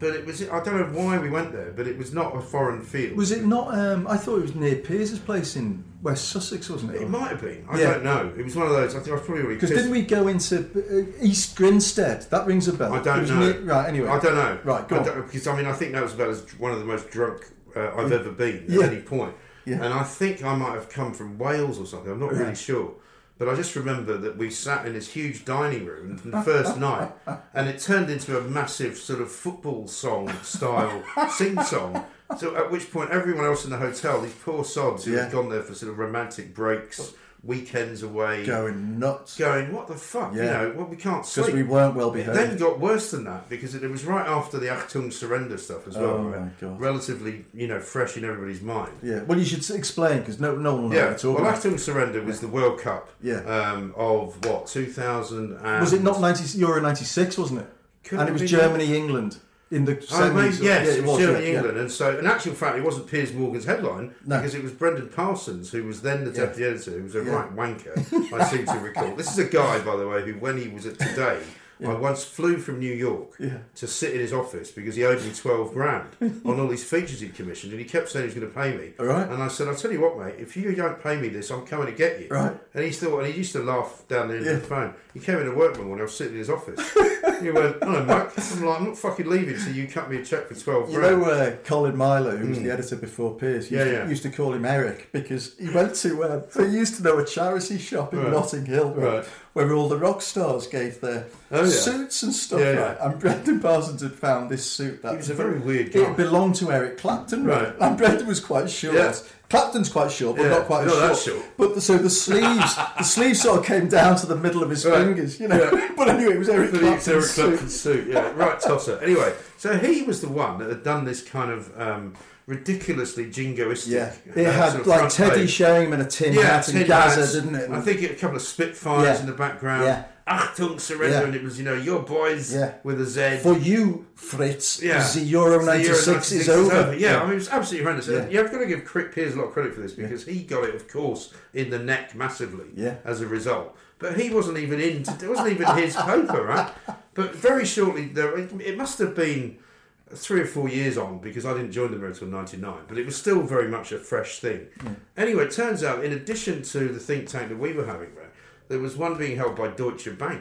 Speaker 1: But it was, I don't know why we went there, but it was not a foreign field.
Speaker 2: Was it not? Um, I thought it was near Piers's place in West Sussex, wasn't it?
Speaker 1: It might have been. I
Speaker 2: Yeah.
Speaker 1: don't know. It was one of those. I think I was probably really
Speaker 2: Because didn't we go into uh, East Grinstead? That rings a bell.
Speaker 1: I
Speaker 2: It
Speaker 1: don't
Speaker 2: was
Speaker 1: know.
Speaker 2: near- right. Anyway.
Speaker 1: I don't know.
Speaker 2: Right. Go
Speaker 1: I
Speaker 2: on.
Speaker 1: don't- because I mean, I think that was about as one of the most drunk uh, I've ever been at
Speaker 2: Mm. Yeah.
Speaker 1: any point.
Speaker 2: Yeah.
Speaker 1: And I think I might have come from Wales or something. I'm not really sure. But I just remember that we sat in this huge dining room the first night, and it turned into a massive sort of football song style sing song. So at which point everyone else in the hotel, these poor sods who
Speaker 2: Yeah. Oh.
Speaker 1: had gone there for sort of romantic breaks, weekends away,
Speaker 2: Going nuts.
Speaker 1: going, "What the fuck?" You
Speaker 2: Yeah.
Speaker 1: know, well, we can't sleep
Speaker 2: Because we weren't well
Speaker 1: it then
Speaker 2: behaved.
Speaker 1: got worse than that because it, it was right after the Achtung surrender stuff as well.
Speaker 2: Oh
Speaker 1: right?
Speaker 2: my God.
Speaker 1: Relatively, you know, fresh in everybody's mind.
Speaker 2: Yeah. Well, you should s- explain because no, no one will
Speaker 1: Yeah.
Speaker 2: ever talk
Speaker 1: well,
Speaker 2: about. it.
Speaker 1: Achtung surrender was the World Cup.
Speaker 2: Yeah.
Speaker 1: Um, of what 2000 and
Speaker 2: Was it not ninety Euro ninety six? Wasn't it?
Speaker 1: Could
Speaker 2: and
Speaker 1: it
Speaker 2: it was
Speaker 1: be-
Speaker 2: Germany, England in the
Speaker 1: I mean,
Speaker 2: seventies.
Speaker 1: Oh, yes, it was Germany,
Speaker 2: yeah, yeah.
Speaker 1: England, and so in actual fact, it wasn't Piers Morgan's headline
Speaker 2: No.
Speaker 1: because it was Brendan Parsons, who was then the deputy editor, who was a right wanker. I seem to recall. This is a guy, by the way, who when he was at Today, I once flew from New York to sit in his office because he owed me twelve grand on all these features he would commissioned, and he kept saying he was going to pay me.
Speaker 2: All right.
Speaker 1: and I said, "I'll tell you what, mate, if you don't pay me this, I'm coming to get you."
Speaker 2: Right.
Speaker 1: And he still, and he used to laugh down the end
Speaker 2: Yeah.
Speaker 1: of the phone. He came into work one morning. I was sitting in his office. he went, "Hello, Mike." I'm like, "I'm not fucking leaving till you cut me a check for twelve
Speaker 2: You
Speaker 1: grand."
Speaker 2: know, uh, Colin Milo, who was the editor before Pierce, used,
Speaker 1: Hmm. Yeah,
Speaker 2: to,
Speaker 1: yeah.
Speaker 2: used to call him Eric because he went to, uh, so he used to know a charity shop in Notting Hill, right,
Speaker 1: Right. Oh,
Speaker 2: where all the rock stars gave their
Speaker 1: yeah.
Speaker 2: suits and stuff,
Speaker 1: Yeah, yeah.
Speaker 2: right? And Brendan Parsons had found this suit that
Speaker 1: He was a very weird guy.
Speaker 2: It belonged to Eric Clapton, right?
Speaker 1: Right.
Speaker 2: And Brendan was quite short.
Speaker 1: Yeah.
Speaker 2: Clapton's quite short, but
Speaker 1: Yeah,
Speaker 2: not quite as
Speaker 1: not
Speaker 2: short.
Speaker 1: that short.
Speaker 2: But the, so the sleeves, the sleeves sort of came down to the middle of his
Speaker 1: Right.
Speaker 2: fingers, you know. But anyway, it was Eric
Speaker 1: But he was
Speaker 2: Clapton's
Speaker 1: Eric
Speaker 2: suit.
Speaker 1: Clapton's suit, yeah, right tosser. Anyway, so he was the one that had done this kind of um, ridiculously jingoistic.
Speaker 2: Yeah,
Speaker 1: uh,
Speaker 2: it had
Speaker 1: sort of
Speaker 2: like
Speaker 1: front
Speaker 2: Teddy
Speaker 1: page.
Speaker 2: Shame and a tin hat and
Speaker 1: tin
Speaker 2: Gaza,
Speaker 1: hats.
Speaker 2: didn't it?
Speaker 1: I think it had a couple of Spitfires
Speaker 2: Yeah.
Speaker 1: in the background.
Speaker 2: Yeah.
Speaker 1: Achtung surrender,
Speaker 2: Yeah.
Speaker 1: and it was you know your boys
Speaker 2: Yeah.
Speaker 1: with a Z.
Speaker 2: for you, Fritz,
Speaker 1: Yeah.
Speaker 2: the Euro
Speaker 1: The
Speaker 2: ninety six is over.
Speaker 1: Yeah, I mean, it's absolutely horrendous. And you have got to give Cri- Piers a lot of credit for this because he got it, of course, in the neck massively
Speaker 2: Yeah.
Speaker 1: as a result. But he wasn't even in, it wasn't even his paper, right? But very shortly, there, it it must have been three or four years on because I didn't join the Mirror until 99, but it was still very much a fresh thing. Anyway, it turns out, in addition to the think tank that we were having, right, there was one being held by Deutsche Bank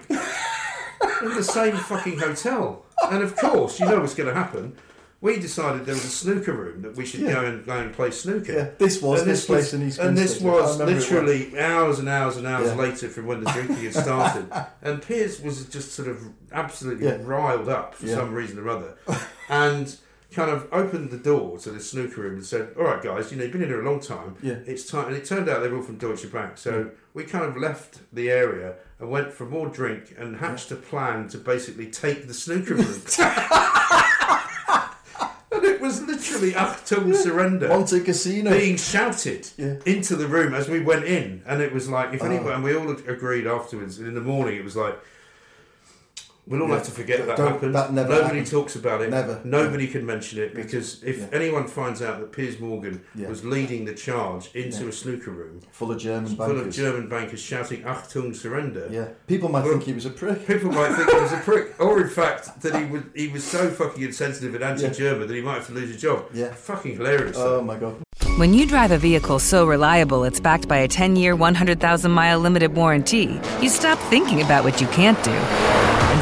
Speaker 1: in the same fucking hotel. And of course, you know what's going to happen. We decided there was a snooker room that we should go and go and play snooker.
Speaker 2: Yeah, this was this place in East
Speaker 1: and this
Speaker 2: Grinstead, I
Speaker 1: was
Speaker 2: remember it was.
Speaker 1: literally hours and hours and hours
Speaker 2: Yeah.
Speaker 1: later from when the drinking had started. and Piers was just sort of absolutely
Speaker 2: Yeah.
Speaker 1: riled up for
Speaker 2: Yeah.
Speaker 1: some reason or other, and kind of opened the door to this snooker room and said, "All right, guys, you know you've been in here a long time.
Speaker 2: Yeah.
Speaker 1: It's time." And it turned out they were all from Deutsche Bank, so we kind of left the area and went for more drink and hatched a plan to basically take the snooker room. And it was literally Achtung surrender
Speaker 2: Monte Casino.
Speaker 1: being shouted
Speaker 2: Yeah. Oh.
Speaker 1: into the room as we went in, and it was like if anyone, and we all agreed afterwards. And in the morning, it was like we'll all have to forget that
Speaker 2: Don't-
Speaker 1: happened.
Speaker 2: that never
Speaker 1: Nobody
Speaker 2: happened.
Speaker 1: talks about it.
Speaker 2: Never.
Speaker 1: Nobody can mention it because if anyone finds out that Piers Morgan
Speaker 2: Yeah.
Speaker 1: was leading the charge into a snooker room
Speaker 2: full of German
Speaker 1: full of
Speaker 2: bankers.
Speaker 1: German bankers shouting "Achtung, surrender,"
Speaker 2: yeah, people might think he was a prick.
Speaker 1: people might think he was a prick, or in fact that he was he was so fucking insensitive and anti-German that he might have to lose his job.
Speaker 2: Yeah.
Speaker 1: fucking hilarious. though.
Speaker 2: Oh my god.
Speaker 3: When you drive a vehicle so reliable it's backed by a 10 year, 100,000 mile limited warranty, you stop thinking about what you can't do and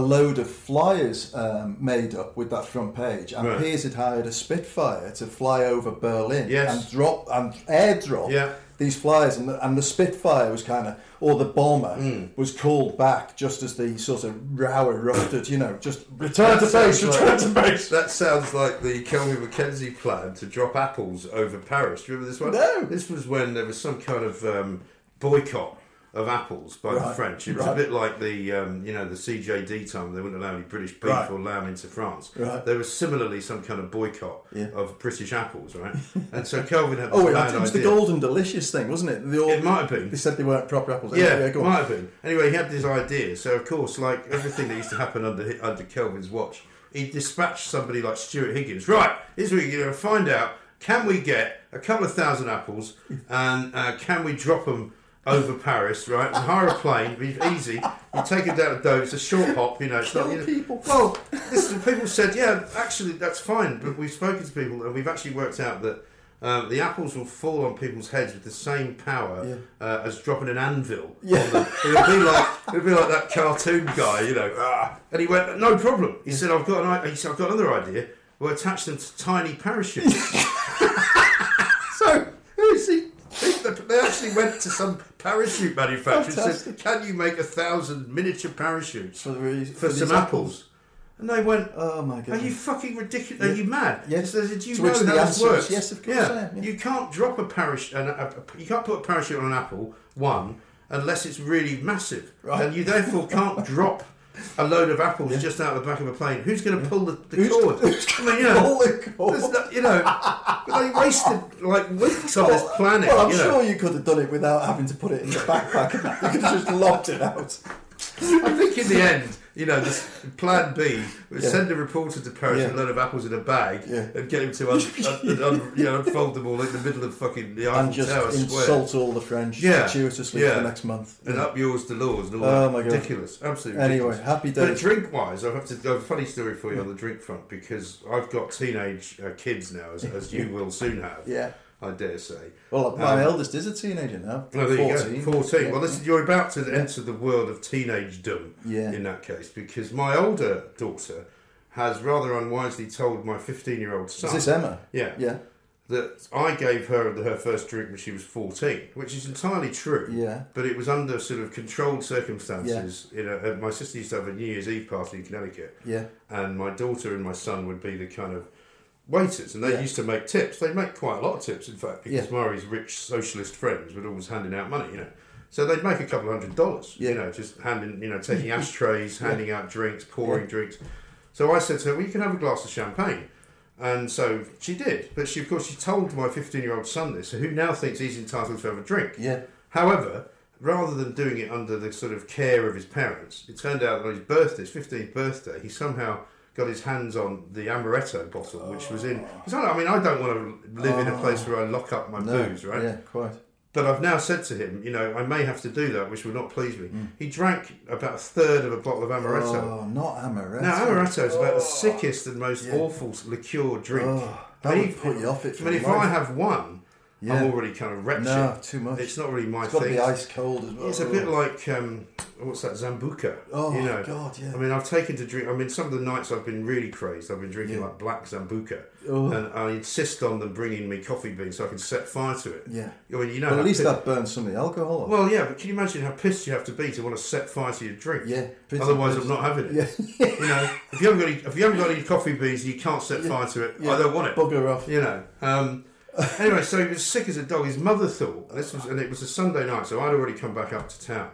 Speaker 2: a load of flyers um, made up with that front page, and
Speaker 1: Right.
Speaker 2: Piers had hired a Spitfire to fly over Berlin
Speaker 1: Yes.
Speaker 2: and drop and airdrop
Speaker 1: Yeah.
Speaker 2: these flyers, and the, and the Spitfire was kind of, or the bomber
Speaker 1: Hmm.
Speaker 2: was called back just as the sort of row erupted, you know, just return to base, return to base.
Speaker 1: That sounds like the Kelvin Mackenzie plan to drop apples over Paris. Do you remember this one?
Speaker 2: No.
Speaker 1: This was when there was some kind of um, boycott of apples by the
Speaker 2: Right,
Speaker 1: French. It was
Speaker 2: right.
Speaker 1: a bit like the um, you know the CJD time they wouldn't allow any British beef
Speaker 2: Right.
Speaker 1: or lamb into France.
Speaker 2: Right.
Speaker 1: There was similarly some kind of boycott
Speaker 2: Yeah.
Speaker 1: of British apples, right? and so Kelvin had
Speaker 2: Oh,
Speaker 1: this
Speaker 2: it,
Speaker 1: bad
Speaker 2: it was the
Speaker 1: idea.
Speaker 2: golden delicious thing, wasn't it? They all,
Speaker 1: It might have been.
Speaker 2: They said they weren't proper apples.
Speaker 1: Yeah,
Speaker 2: go on.
Speaker 1: might have been. Anyway, he had this idea. So of course, like everything that used to happen under under Kelvin's watch, he dispatched somebody like Stuart Higgins. Right, here's what you're going to find out. Can we get a couple of thousand apples, and uh, can we drop them over Paris? Right, and hire a plane. Be easy. You take it down to Dover. It's a short hop. You know, it's not,
Speaker 2: Kill
Speaker 1: you know-
Speaker 2: people.
Speaker 1: Well, listen, people said, yeah, actually that's fine. But we've spoken to people, and we've actually worked out that. Um, the apples will fall on people's heads with the same power uh, as dropping an anvil on them. It'd be like it'd be like that cartoon guy, you know. "Ah." And he went, no problem. He said, I've got an I-, he said, I've got another idea. We'll attach them to tiny parachutes. so who is he? They they actually went to some parachute manufacturer and said, "Can you make a thousand miniature parachutes
Speaker 2: For the reason-
Speaker 1: for
Speaker 2: for
Speaker 1: some
Speaker 2: these
Speaker 1: apples?" And they went,
Speaker 2: Oh, my
Speaker 1: Are you
Speaker 2: goodness.
Speaker 1: fucking ridiculous? Are you mad?
Speaker 2: Yes.
Speaker 1: So, do you
Speaker 2: To
Speaker 1: know
Speaker 2: which
Speaker 1: how
Speaker 2: the
Speaker 1: this
Speaker 2: answer is
Speaker 1: works?
Speaker 2: yes, of course I am, yeah.
Speaker 1: You can't drop a parachute. An, a, a- you can't put a parachute on an apple one unless it's really massive,
Speaker 2: Right.
Speaker 1: and you therefore can't drop a load of apples just out of the back of a plane. Who's going to pull the, the
Speaker 2: Who's-
Speaker 1: cord?
Speaker 2: who's
Speaker 1: I mean, you know,
Speaker 2: pull the cord?
Speaker 1: there's no- you know, they wasted like weeks on this planet.
Speaker 2: Well, I'm
Speaker 1: you know.
Speaker 2: sure you could have done it without having to put it in the backpack. and that. You could have just lobbed it out.
Speaker 1: I think in the end, you know, this plan B was
Speaker 2: Yeah.
Speaker 1: send a reporter to Paris
Speaker 2: Yeah.
Speaker 1: with a load of apples in a bag
Speaker 2: Yeah.
Speaker 1: and get him to un- un- un- you know, unfold them all in the middle of fucking the Eiffel
Speaker 2: And just
Speaker 1: Tower
Speaker 2: insult
Speaker 1: Square.
Speaker 2: all the French
Speaker 1: Yeah,
Speaker 2: gratuitously
Speaker 1: yeah.
Speaker 2: for the next month.
Speaker 1: And up yours the laws and all
Speaker 2: Oh
Speaker 1: that.
Speaker 2: my God.
Speaker 1: Ridiculous. Absolutely
Speaker 2: Anyway,
Speaker 1: ridiculous.
Speaker 2: happy
Speaker 1: But
Speaker 2: days.
Speaker 1: drink wise, I have to I have a funny story for you on the drink front because I've got teenage uh, kids now, as, as you will soon have.
Speaker 2: Yeah.
Speaker 1: I dare say.
Speaker 2: Well, my
Speaker 1: Um,
Speaker 2: eldest is a teenager now.
Speaker 1: Oh, there
Speaker 2: 14.
Speaker 1: you go. 14. Well, this is, you're about to
Speaker 2: Yeah.
Speaker 1: enter the world of teenagedom
Speaker 2: Yeah.
Speaker 1: in that case because my older daughter has rather unwisely told my 15 year old son
Speaker 2: Is this Emma?
Speaker 1: Yeah.
Speaker 2: Yeah.
Speaker 1: that I gave her her first drink when she was 14, which is entirely true.
Speaker 2: Yeah.
Speaker 1: But it was under sort of controlled circumstances. You know, and my sister used to have a New Year's Eve party in Connecticut.
Speaker 2: Yeah.
Speaker 1: And my daughter and my son would be the kind of waiters, and they
Speaker 2: Yeah.
Speaker 1: used to make tips. They make quite a lot of tips, in fact, because
Speaker 2: Yeah.
Speaker 1: Murray's rich socialist friends were always handing out money. You know. So they'd make a couple of hundred dollars,
Speaker 2: Yeah.
Speaker 1: you know, just handing, you know, taking ashtrays, handing out drinks, pouring drinks. So I said to her, "Well, you can have a glass of champagne," and so she did. But she, of course, she told my fifteen-year-old son this, who now thinks he's entitled to have a drink.
Speaker 2: Yeah.
Speaker 1: However, rather than doing it under the sort of care of his parents, it turned out that on his birthday, his fifteenth birthday, he somehow got his hands on the amaretto bottle, which was in. 'cause I I mean, I don't want to live in a place where I lock up my booze, right?
Speaker 2: Yeah, quite.
Speaker 1: But I've now said to him, you know, I may have to do that, which will not please me. He drank about a third of a bottle of amaretto.
Speaker 2: Mm. Oh, not amaretto.
Speaker 1: Now, amaretto is about the sickest and most awful liqueur drink.
Speaker 2: Oh,
Speaker 1: I
Speaker 2: that
Speaker 1: mean,
Speaker 2: would put you off it
Speaker 1: I
Speaker 2: for
Speaker 1: mean, if
Speaker 2: life.
Speaker 1: I have one,
Speaker 2: Yeah.
Speaker 1: I'm already kind of wretched.
Speaker 2: No, too much.
Speaker 1: It's not really my
Speaker 2: It's got to
Speaker 1: thing.
Speaker 2: be ice cold as well.
Speaker 1: It's a bit like um, what's that Zambuca?
Speaker 2: Oh,
Speaker 1: you
Speaker 2: my
Speaker 1: know?
Speaker 2: God, yeah.
Speaker 1: I mean, I've taken to drink. I mean, some of the nights I've been really crazed. I've been drinking like black Zambuca,
Speaker 2: Oh.
Speaker 1: and I insist on them bringing me coffee beans so I can set fire to it.
Speaker 2: Yeah.
Speaker 1: I mean, you know,
Speaker 2: But
Speaker 1: how
Speaker 2: at least
Speaker 1: pit-
Speaker 2: that burns some of the alcohol off.
Speaker 1: Well, yeah, but can you imagine how pissed you have to be to want to set fire to your drink?
Speaker 2: Yeah, pretty
Speaker 1: Otherwise,
Speaker 2: pissed.
Speaker 1: I'm not having it. you know, if you haven't got any, if you haven't got any coffee beans, and you can't set fire to it. I don't want it.
Speaker 2: Bugger off.
Speaker 1: You know. Um, anyway, so he was sick as a dog. His mother thought and this was, and it was a Sunday night, so I'd already come back up to town,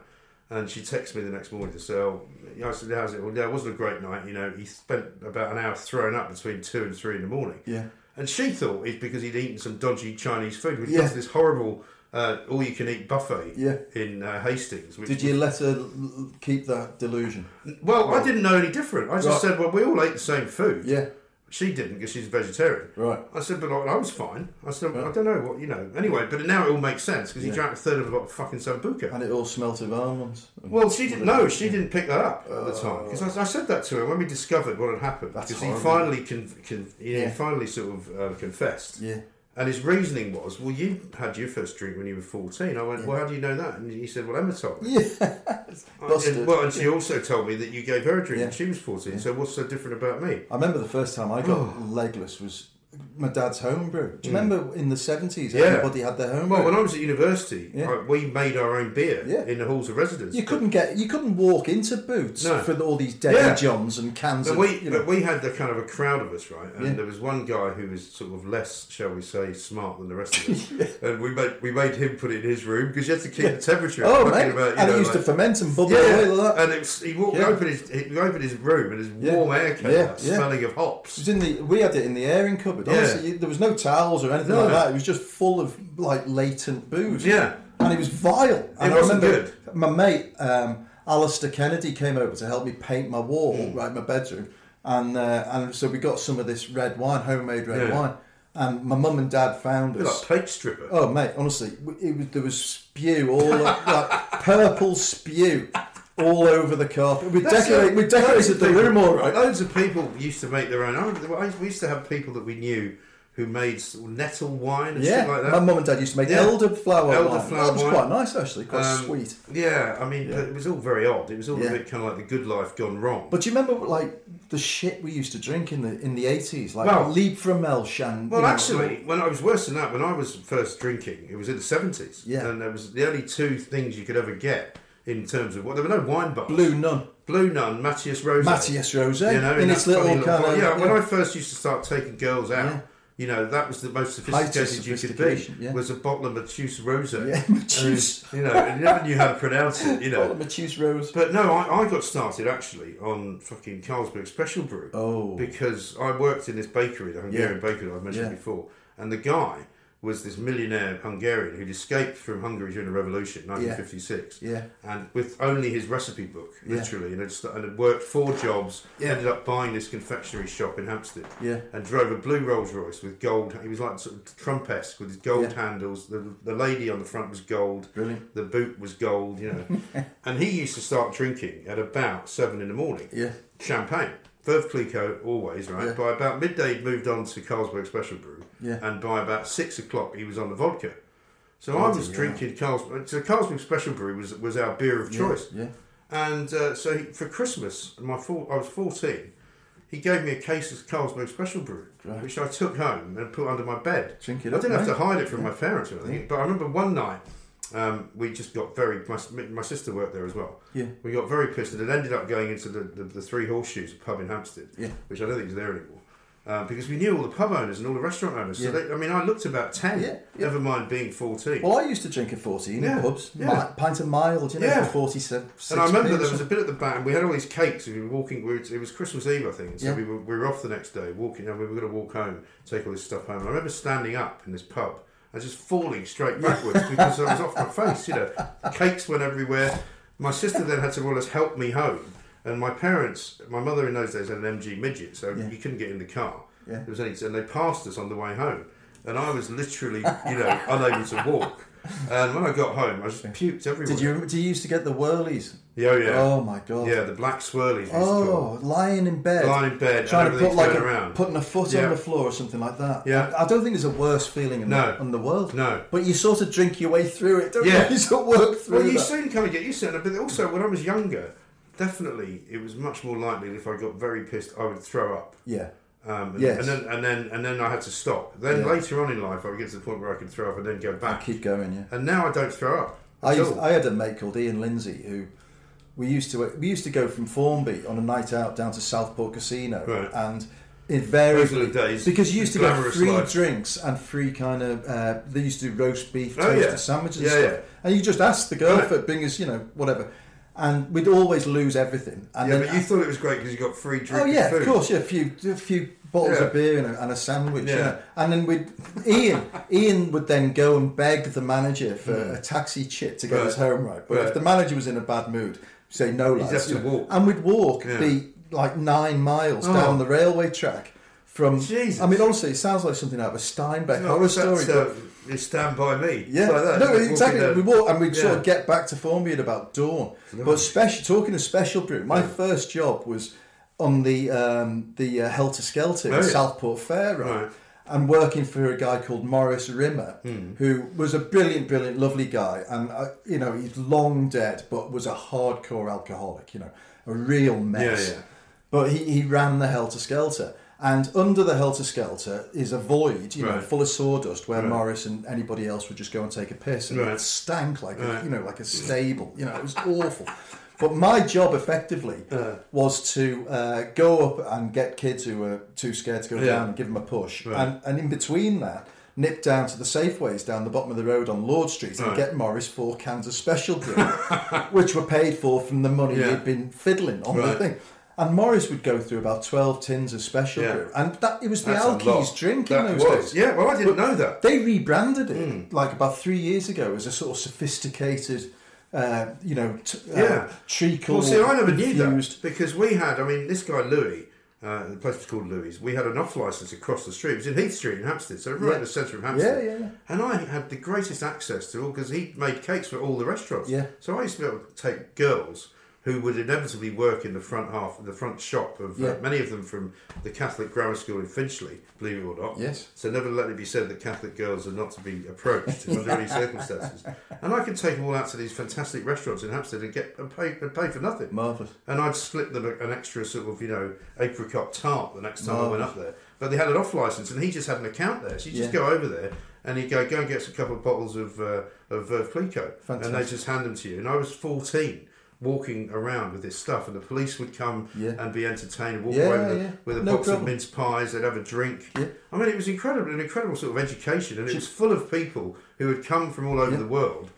Speaker 1: and she texted me the next morning to say, "Oh, you know, I said, how's it? Well, yeah, it wasn't a great night. You know, he spent about an hour throwing up between two and three in the morning."
Speaker 2: Yeah.
Speaker 1: And she thought it's because he'd eaten some dodgy Chinese food. We'd
Speaker 2: Yeah.
Speaker 1: gone to this horrible uh, all-you-can-eat buffet
Speaker 2: Yeah.
Speaker 1: in uh, Hastings. Which
Speaker 2: Did you let her l- l- keep that delusion?
Speaker 1: Well, I didn't know any different. I just
Speaker 2: Right.
Speaker 1: said, well, we all ate the same food.
Speaker 2: Yeah.
Speaker 1: She didn't because she's a vegetarian.
Speaker 2: Right.
Speaker 1: I said, but I, I was fine. I said, I don't know what, you know. Anyway, but now it all makes sense because he drank a third of a lot of fucking Sambuca.
Speaker 2: And it all smelt of almonds.
Speaker 1: Well, she didn't know. She didn't pick that up at the time because I, I said that to her when we discovered what had happened.
Speaker 2: That's
Speaker 1: Because he
Speaker 2: horrible.
Speaker 1: finally, con- con- you know,
Speaker 2: Yeah.
Speaker 1: he finally sort of uh, confessed.
Speaker 2: Yeah.
Speaker 1: And his reasoning was, "Well, you had your first drink when you were 14. I went, "Well, how do you know that?" And he said, "Well, Emma told me." I- and-
Speaker 2: Busted.
Speaker 1: well, and she also told me that you gave her a drink when she was 14. So what's so different about me? Oh.
Speaker 2: I remember the first time I got legless was my dad's homebrew. Do you remember in the seventies?
Speaker 1: Mm. Yeah.
Speaker 2: Everybody had their homebrew.
Speaker 1: Well, when I was at university,
Speaker 2: Yeah.
Speaker 1: I, we made our own beer
Speaker 2: Yeah.
Speaker 1: in the halls of residence.
Speaker 2: you couldn't get, you couldn't walk into Boots
Speaker 1: No.
Speaker 2: for all these Demi
Speaker 1: Yeah.
Speaker 2: Johns and cans.
Speaker 1: But
Speaker 2: of,
Speaker 1: we,
Speaker 2: you know.
Speaker 1: but we had the kind of a crowd of us, right? And
Speaker 2: Yeah.
Speaker 1: there was one guy who was sort of less, shall we say, smart than the rest of us. And we made we made him put it in his room because you had to keep the temperature. up,
Speaker 2: oh mate,
Speaker 1: fucking about, you
Speaker 2: and
Speaker 1: know,
Speaker 2: it used
Speaker 1: like-
Speaker 2: to ferment and bubble
Speaker 1: Yeah,
Speaker 2: away like that.
Speaker 1: and it was, he walked
Speaker 2: Yeah.
Speaker 1: opened his he opened his room and his
Speaker 2: Yeah.
Speaker 1: warm air came
Speaker 2: Yeah,
Speaker 1: out,
Speaker 2: yeah.
Speaker 1: smelling of
Speaker 2: It
Speaker 1: hops.
Speaker 2: was in the we had it in the airing cupboard.
Speaker 1: Yeah.
Speaker 2: Honestly, there was no towels or anything
Speaker 1: No.
Speaker 2: like that. It was just full of like latent booze.
Speaker 1: Yeah.
Speaker 2: and it was vile. and
Speaker 1: wasn't
Speaker 2: I remember
Speaker 1: good.
Speaker 2: my mate um, Alistair Kennedy came over to help me paint my wall
Speaker 1: Mm.
Speaker 2: right my bedroom, and uh, and so we got some of this red wine, homemade red
Speaker 1: Yeah.
Speaker 2: wine, and my mum and dad found
Speaker 1: It was
Speaker 2: us.
Speaker 1: like page stripper.
Speaker 2: Oh mate, honestly, w- it was, there was spew all o- like purple spew all over the carpet. We
Speaker 1: That's
Speaker 2: decorate,
Speaker 1: it.
Speaker 2: we
Speaker 1: Loads
Speaker 2: decorated
Speaker 1: of
Speaker 2: the
Speaker 1: people-
Speaker 2: room all right.
Speaker 1: Loads of people used to make their own. I, remember- I we used to have people that we knew who made sort of nettle wine and
Speaker 2: Yeah,
Speaker 1: shit like that.
Speaker 2: my mum and dad used to make
Speaker 1: Yeah.
Speaker 2: elderflower, wine.
Speaker 1: Elderflower
Speaker 2: That was
Speaker 1: wine.
Speaker 2: quite nice actually, quite
Speaker 1: Um,
Speaker 2: sweet.
Speaker 1: Yeah, I mean, but it was all very odd. It was all
Speaker 2: Yeah.
Speaker 1: a bit kind of like the good life gone wrong.
Speaker 2: But do you remember like the shit we used to drink in the in the eighties, like
Speaker 1: Well-
Speaker 2: Liebframelch and
Speaker 1: well,
Speaker 2: you know,
Speaker 1: actually, when I was worse than that, when I was first drinking, it was in the seventies.
Speaker 2: Yeah.
Speaker 1: and there was the only two things you could ever get in terms of what there were no wine bars.
Speaker 2: Blue Nun,
Speaker 1: Blue Nun, Matthias Rose.
Speaker 2: Matthias Rose,
Speaker 1: You know,
Speaker 2: in
Speaker 1: that
Speaker 2: its little
Speaker 1: funny
Speaker 2: kind of-
Speaker 1: bottle. yeah, when
Speaker 2: yeah.
Speaker 1: I first used to start taking girls out, you know, that was the most
Speaker 2: Height of
Speaker 1: sophisticated you could be.
Speaker 2: sophistication, yeah.
Speaker 1: Was a bottle of Matthias Rose.
Speaker 2: Yeah, Matthias.
Speaker 1: You know, and you never knew how to pronounce it. You know,
Speaker 2: Matthias Rose.
Speaker 1: but no, I, I got started actually on fucking Carlsberg Special Brew.
Speaker 2: Oh.
Speaker 1: Because I worked in this bakery, the Hungarian
Speaker 2: Yeah.
Speaker 1: bakery that I've mentioned
Speaker 2: Yeah.
Speaker 1: before, and the guy was this millionaire Hungarian who'd escaped from Hungary during the revolution, 1956.
Speaker 2: Yeah.
Speaker 1: And with only his recipe book,
Speaker 2: Yeah.
Speaker 1: literally, and, had st- and had worked four jobs,
Speaker 2: Yeah.
Speaker 1: ended up buying this confectionery shop in Hampstead.
Speaker 2: Yeah.
Speaker 1: And drove a blue Rolls Royce with gold. He was like sort of Trump-esque with his gold
Speaker 2: Yeah.
Speaker 1: handles. The, the lady on the front was gold.
Speaker 2: Brilliant.
Speaker 1: The boot was gold, you know. and he used to start drinking at about seven in the morning.
Speaker 2: Yeah.
Speaker 1: Champagne. Verve Clicquot always, right? By about midday, he'd moved on to Carlsberg Special Brew.
Speaker 2: Yeah.
Speaker 1: And by about six o'clock, he was on the vodka. So I was drinking Carlsberg. So Carlsberg Special Brew was, was our beer of choice.
Speaker 2: yeah.
Speaker 1: And uh, so he, for Christmas, my four, I was 14, he gave me a case of Carlsberg Special Brew, which I took home and put under my bed.
Speaker 2: Drink it
Speaker 1: I
Speaker 2: up,
Speaker 1: didn't have to
Speaker 2: mate.
Speaker 1: hide it from my parents or anything. But I remember one night um, we just got very. My, my sister worked there as well.
Speaker 2: Yeah.
Speaker 1: We got very pissed and it ended up going into the, the, the Three Horseshoes pub in Hampstead,
Speaker 2: Yeah.
Speaker 1: which I don't think is there anymore. Um, because we knew all the pub owners and all the restaurant owners. So they, I mean, I looked about 10,
Speaker 2: Yeah, yeah.
Speaker 1: never mind being 14.
Speaker 2: Well, I used to drink at fourteen
Speaker 1: Yeah,
Speaker 2: in pubs,
Speaker 1: yeah.
Speaker 2: Mi- pint of mild, you know,
Speaker 1: Yeah.
Speaker 2: for forty-seven.
Speaker 1: And I remember there was a bit at the back, and we had all these cakes. and We were walking. We were, it was Christmas Eve, I think. and So
Speaker 2: Yeah.
Speaker 1: we, were, we were off the next day, walking, and we were going to walk home, take all this stuff home. And I remember standing up in this pub and just falling straight backwards because I was off my face. You know, cakes went everywhere. My sister then had to more or less help me home, and my parents, my mother in those days had an MG midget, so you couldn't get in the car.
Speaker 2: Yeah.
Speaker 1: There was only, and they passed us on the way home, and I was literally, you know, unable to walk. And when I got home, I just puked everywhere.
Speaker 2: Did you? Do you used to get the whirlies?
Speaker 1: Yeah, oh, yeah.
Speaker 2: Oh my god.
Speaker 1: Yeah, the black swirlies.
Speaker 2: Oh,
Speaker 1: Oh,
Speaker 2: lying in bed,
Speaker 1: Lying in bed,
Speaker 2: trying
Speaker 1: and
Speaker 2: to put
Speaker 1: everything's
Speaker 2: like
Speaker 1: going
Speaker 2: a-
Speaker 1: around.
Speaker 2: putting a foot
Speaker 1: Yeah.
Speaker 2: on the floor or something like that.
Speaker 1: Yeah.
Speaker 2: I don't think there's a worse feeling in,
Speaker 1: No.
Speaker 2: the, in the world.
Speaker 1: No.
Speaker 2: but you sort of drink your way through it. Don't
Speaker 1: Yeah.
Speaker 2: you? you sort of work through
Speaker 1: well, you
Speaker 2: that.
Speaker 1: soon kind of get used to it. But also, when I was younger, definitely it was much more likely that if I got very pissed, I would throw up.
Speaker 2: yeah,
Speaker 1: Um, and,
Speaker 2: Yes.
Speaker 1: and then and then and then I had to stop. Then later on in life, I would get to the point where I could throw up and then go back.
Speaker 2: keep going. Yeah,
Speaker 1: And now I don't throw up.
Speaker 2: I
Speaker 1: at
Speaker 2: used,
Speaker 1: all.
Speaker 2: I had a mate called Ian Lindsay who we used to we used to go from Formby on a night out down to Southport Casino
Speaker 1: Right.
Speaker 2: and invariably
Speaker 1: Those are the days,
Speaker 2: because you used to get
Speaker 1: glamorous
Speaker 2: free
Speaker 1: life.
Speaker 2: drinks and free kind of uh, they used to do roast beef
Speaker 1: Oh,
Speaker 2: toasted
Speaker 1: yeah.
Speaker 2: sandwiches
Speaker 1: Yeah,
Speaker 2: and stuff
Speaker 1: yeah.
Speaker 2: and you just asked the girl
Speaker 1: Right.
Speaker 2: for bring us you know whatever and we'd always lose everything and
Speaker 1: yeah,
Speaker 2: then
Speaker 1: but you thought it was great because you got free drink.
Speaker 2: Oh
Speaker 1: and
Speaker 2: yeah,
Speaker 1: food.
Speaker 2: of course. Yeah, a few, a few bottles
Speaker 1: Yeah.
Speaker 2: of beer and a, and a sandwich.
Speaker 1: Yeah.
Speaker 2: you know. and then we, Ian, Ian would then go and beg the manager for a taxi chit to get us
Speaker 1: Mm. Right.
Speaker 2: home. Right, but
Speaker 1: Right.
Speaker 2: if the manager was in a bad mood, say no, lads.
Speaker 1: have to
Speaker 2: you know.
Speaker 1: walk.
Speaker 2: and we'd walk
Speaker 1: Yeah.
Speaker 2: the like nine miles
Speaker 1: Oh.
Speaker 2: down the railway track. From
Speaker 1: Jesus.
Speaker 2: I mean, honestly, it sounds like something out of a Steinbeck
Speaker 1: No,
Speaker 2: horror
Speaker 1: that's,
Speaker 2: story. but-
Speaker 1: uh, it's stand by me. It's
Speaker 2: yeah,
Speaker 1: like that,
Speaker 2: no,
Speaker 1: isn't it?
Speaker 2: exactly.
Speaker 1: Walking
Speaker 2: We
Speaker 1: down-
Speaker 2: walk and we sort
Speaker 1: Yeah.
Speaker 2: of get back to Formby at about dawn. But special talking of special brew, my first job was on the um, the uh, Helter Skelter
Speaker 1: Oh,
Speaker 2: in
Speaker 1: yeah.
Speaker 2: Southport Fair, right?
Speaker 1: Right.
Speaker 2: And working for a guy called Morris Rimmer,
Speaker 1: Hmm.
Speaker 2: who was a brilliant, brilliant, lovely guy, and uh, you know he's long dead, but was a hardcore alcoholic. You know, a real mess.
Speaker 1: Yeah, yeah.
Speaker 2: But he, he ran the Helter Skelter. And under the helter skelter is a void, you know,
Speaker 1: Right.
Speaker 2: full of sawdust, where Morris and anybody else would just go and take a piss, and it
Speaker 1: Right.
Speaker 2: stank like a, you know, like a stable. You know, it was awful. But my job effectively was to uh, go up and get kids who were too scared to go
Speaker 1: Yeah.
Speaker 2: down and give them a push, and, and in between that. Nip down to the Safeways down the bottom of the road on Lord Street and
Speaker 1: Right.
Speaker 2: get Morris four cans of special drink, which were paid for from the money
Speaker 1: Yeah.
Speaker 2: he'd been fiddling on the
Speaker 1: Right.
Speaker 2: thing. And Morris would go through about twelve tins of special
Speaker 1: Yeah.
Speaker 2: brew, and that it was the
Speaker 1: That's a
Speaker 2: Alkies
Speaker 1: lot.
Speaker 2: drink in
Speaker 1: That
Speaker 2: those
Speaker 1: was.
Speaker 2: days.
Speaker 1: Yeah, Hmm. well, I didn't know that.
Speaker 2: They rebranded it like about three years ago as a sort of sophisticated, uh, you know, t- uh,
Speaker 1: Yeah.
Speaker 2: treacle.
Speaker 1: Well, see, I never knew
Speaker 2: infused-
Speaker 1: that because we had. I mean, this guy Louis, uh, the place was called Louis. We had an off license across the street. It was in Heath Street in Hampstead, so right
Speaker 2: Yeah.
Speaker 1: in the centre of Hampstead.
Speaker 2: Yeah, yeah, yeah.
Speaker 1: And I had the greatest access to all because he made cakes for all the restaurants.
Speaker 2: Yeah.
Speaker 1: So I used to be able to take girls. Who would inevitably work in the front half, the front shop of
Speaker 2: Yeah.
Speaker 1: uh, many of them from the Catholic grammar school in Finchley, believe it or not.
Speaker 2: Yes.
Speaker 1: So never let it be said that Catholic girls are not to be approached under any circumstances. And I could take them all out to these fantastic restaurants in Hampstead and get and pay, and pay for nothing.
Speaker 2: Marvellous.
Speaker 1: And I'd slip them a- an extra sort of you know apricot tart the next time I went up there. But they had an off license, and he just had an account there. So you just
Speaker 2: Oh. Yeah.
Speaker 1: go over there. And he'd go, go and get us a couple of bottles of, uh, of Verve Clicquot. And they
Speaker 2: Fantastic.
Speaker 1: just hand them to you. And I was 14, walking around with this stuff. And the police would come
Speaker 2: Yeah.
Speaker 1: and be entertained, walk
Speaker 2: Yeah,
Speaker 1: away with,
Speaker 2: yeah.
Speaker 1: a, with a
Speaker 2: No
Speaker 1: box
Speaker 2: problem.
Speaker 1: of mince mince pies, they'd have a drink. I mean, it was incredible, an incredible sort of education, and it was full of people who had come from all over the world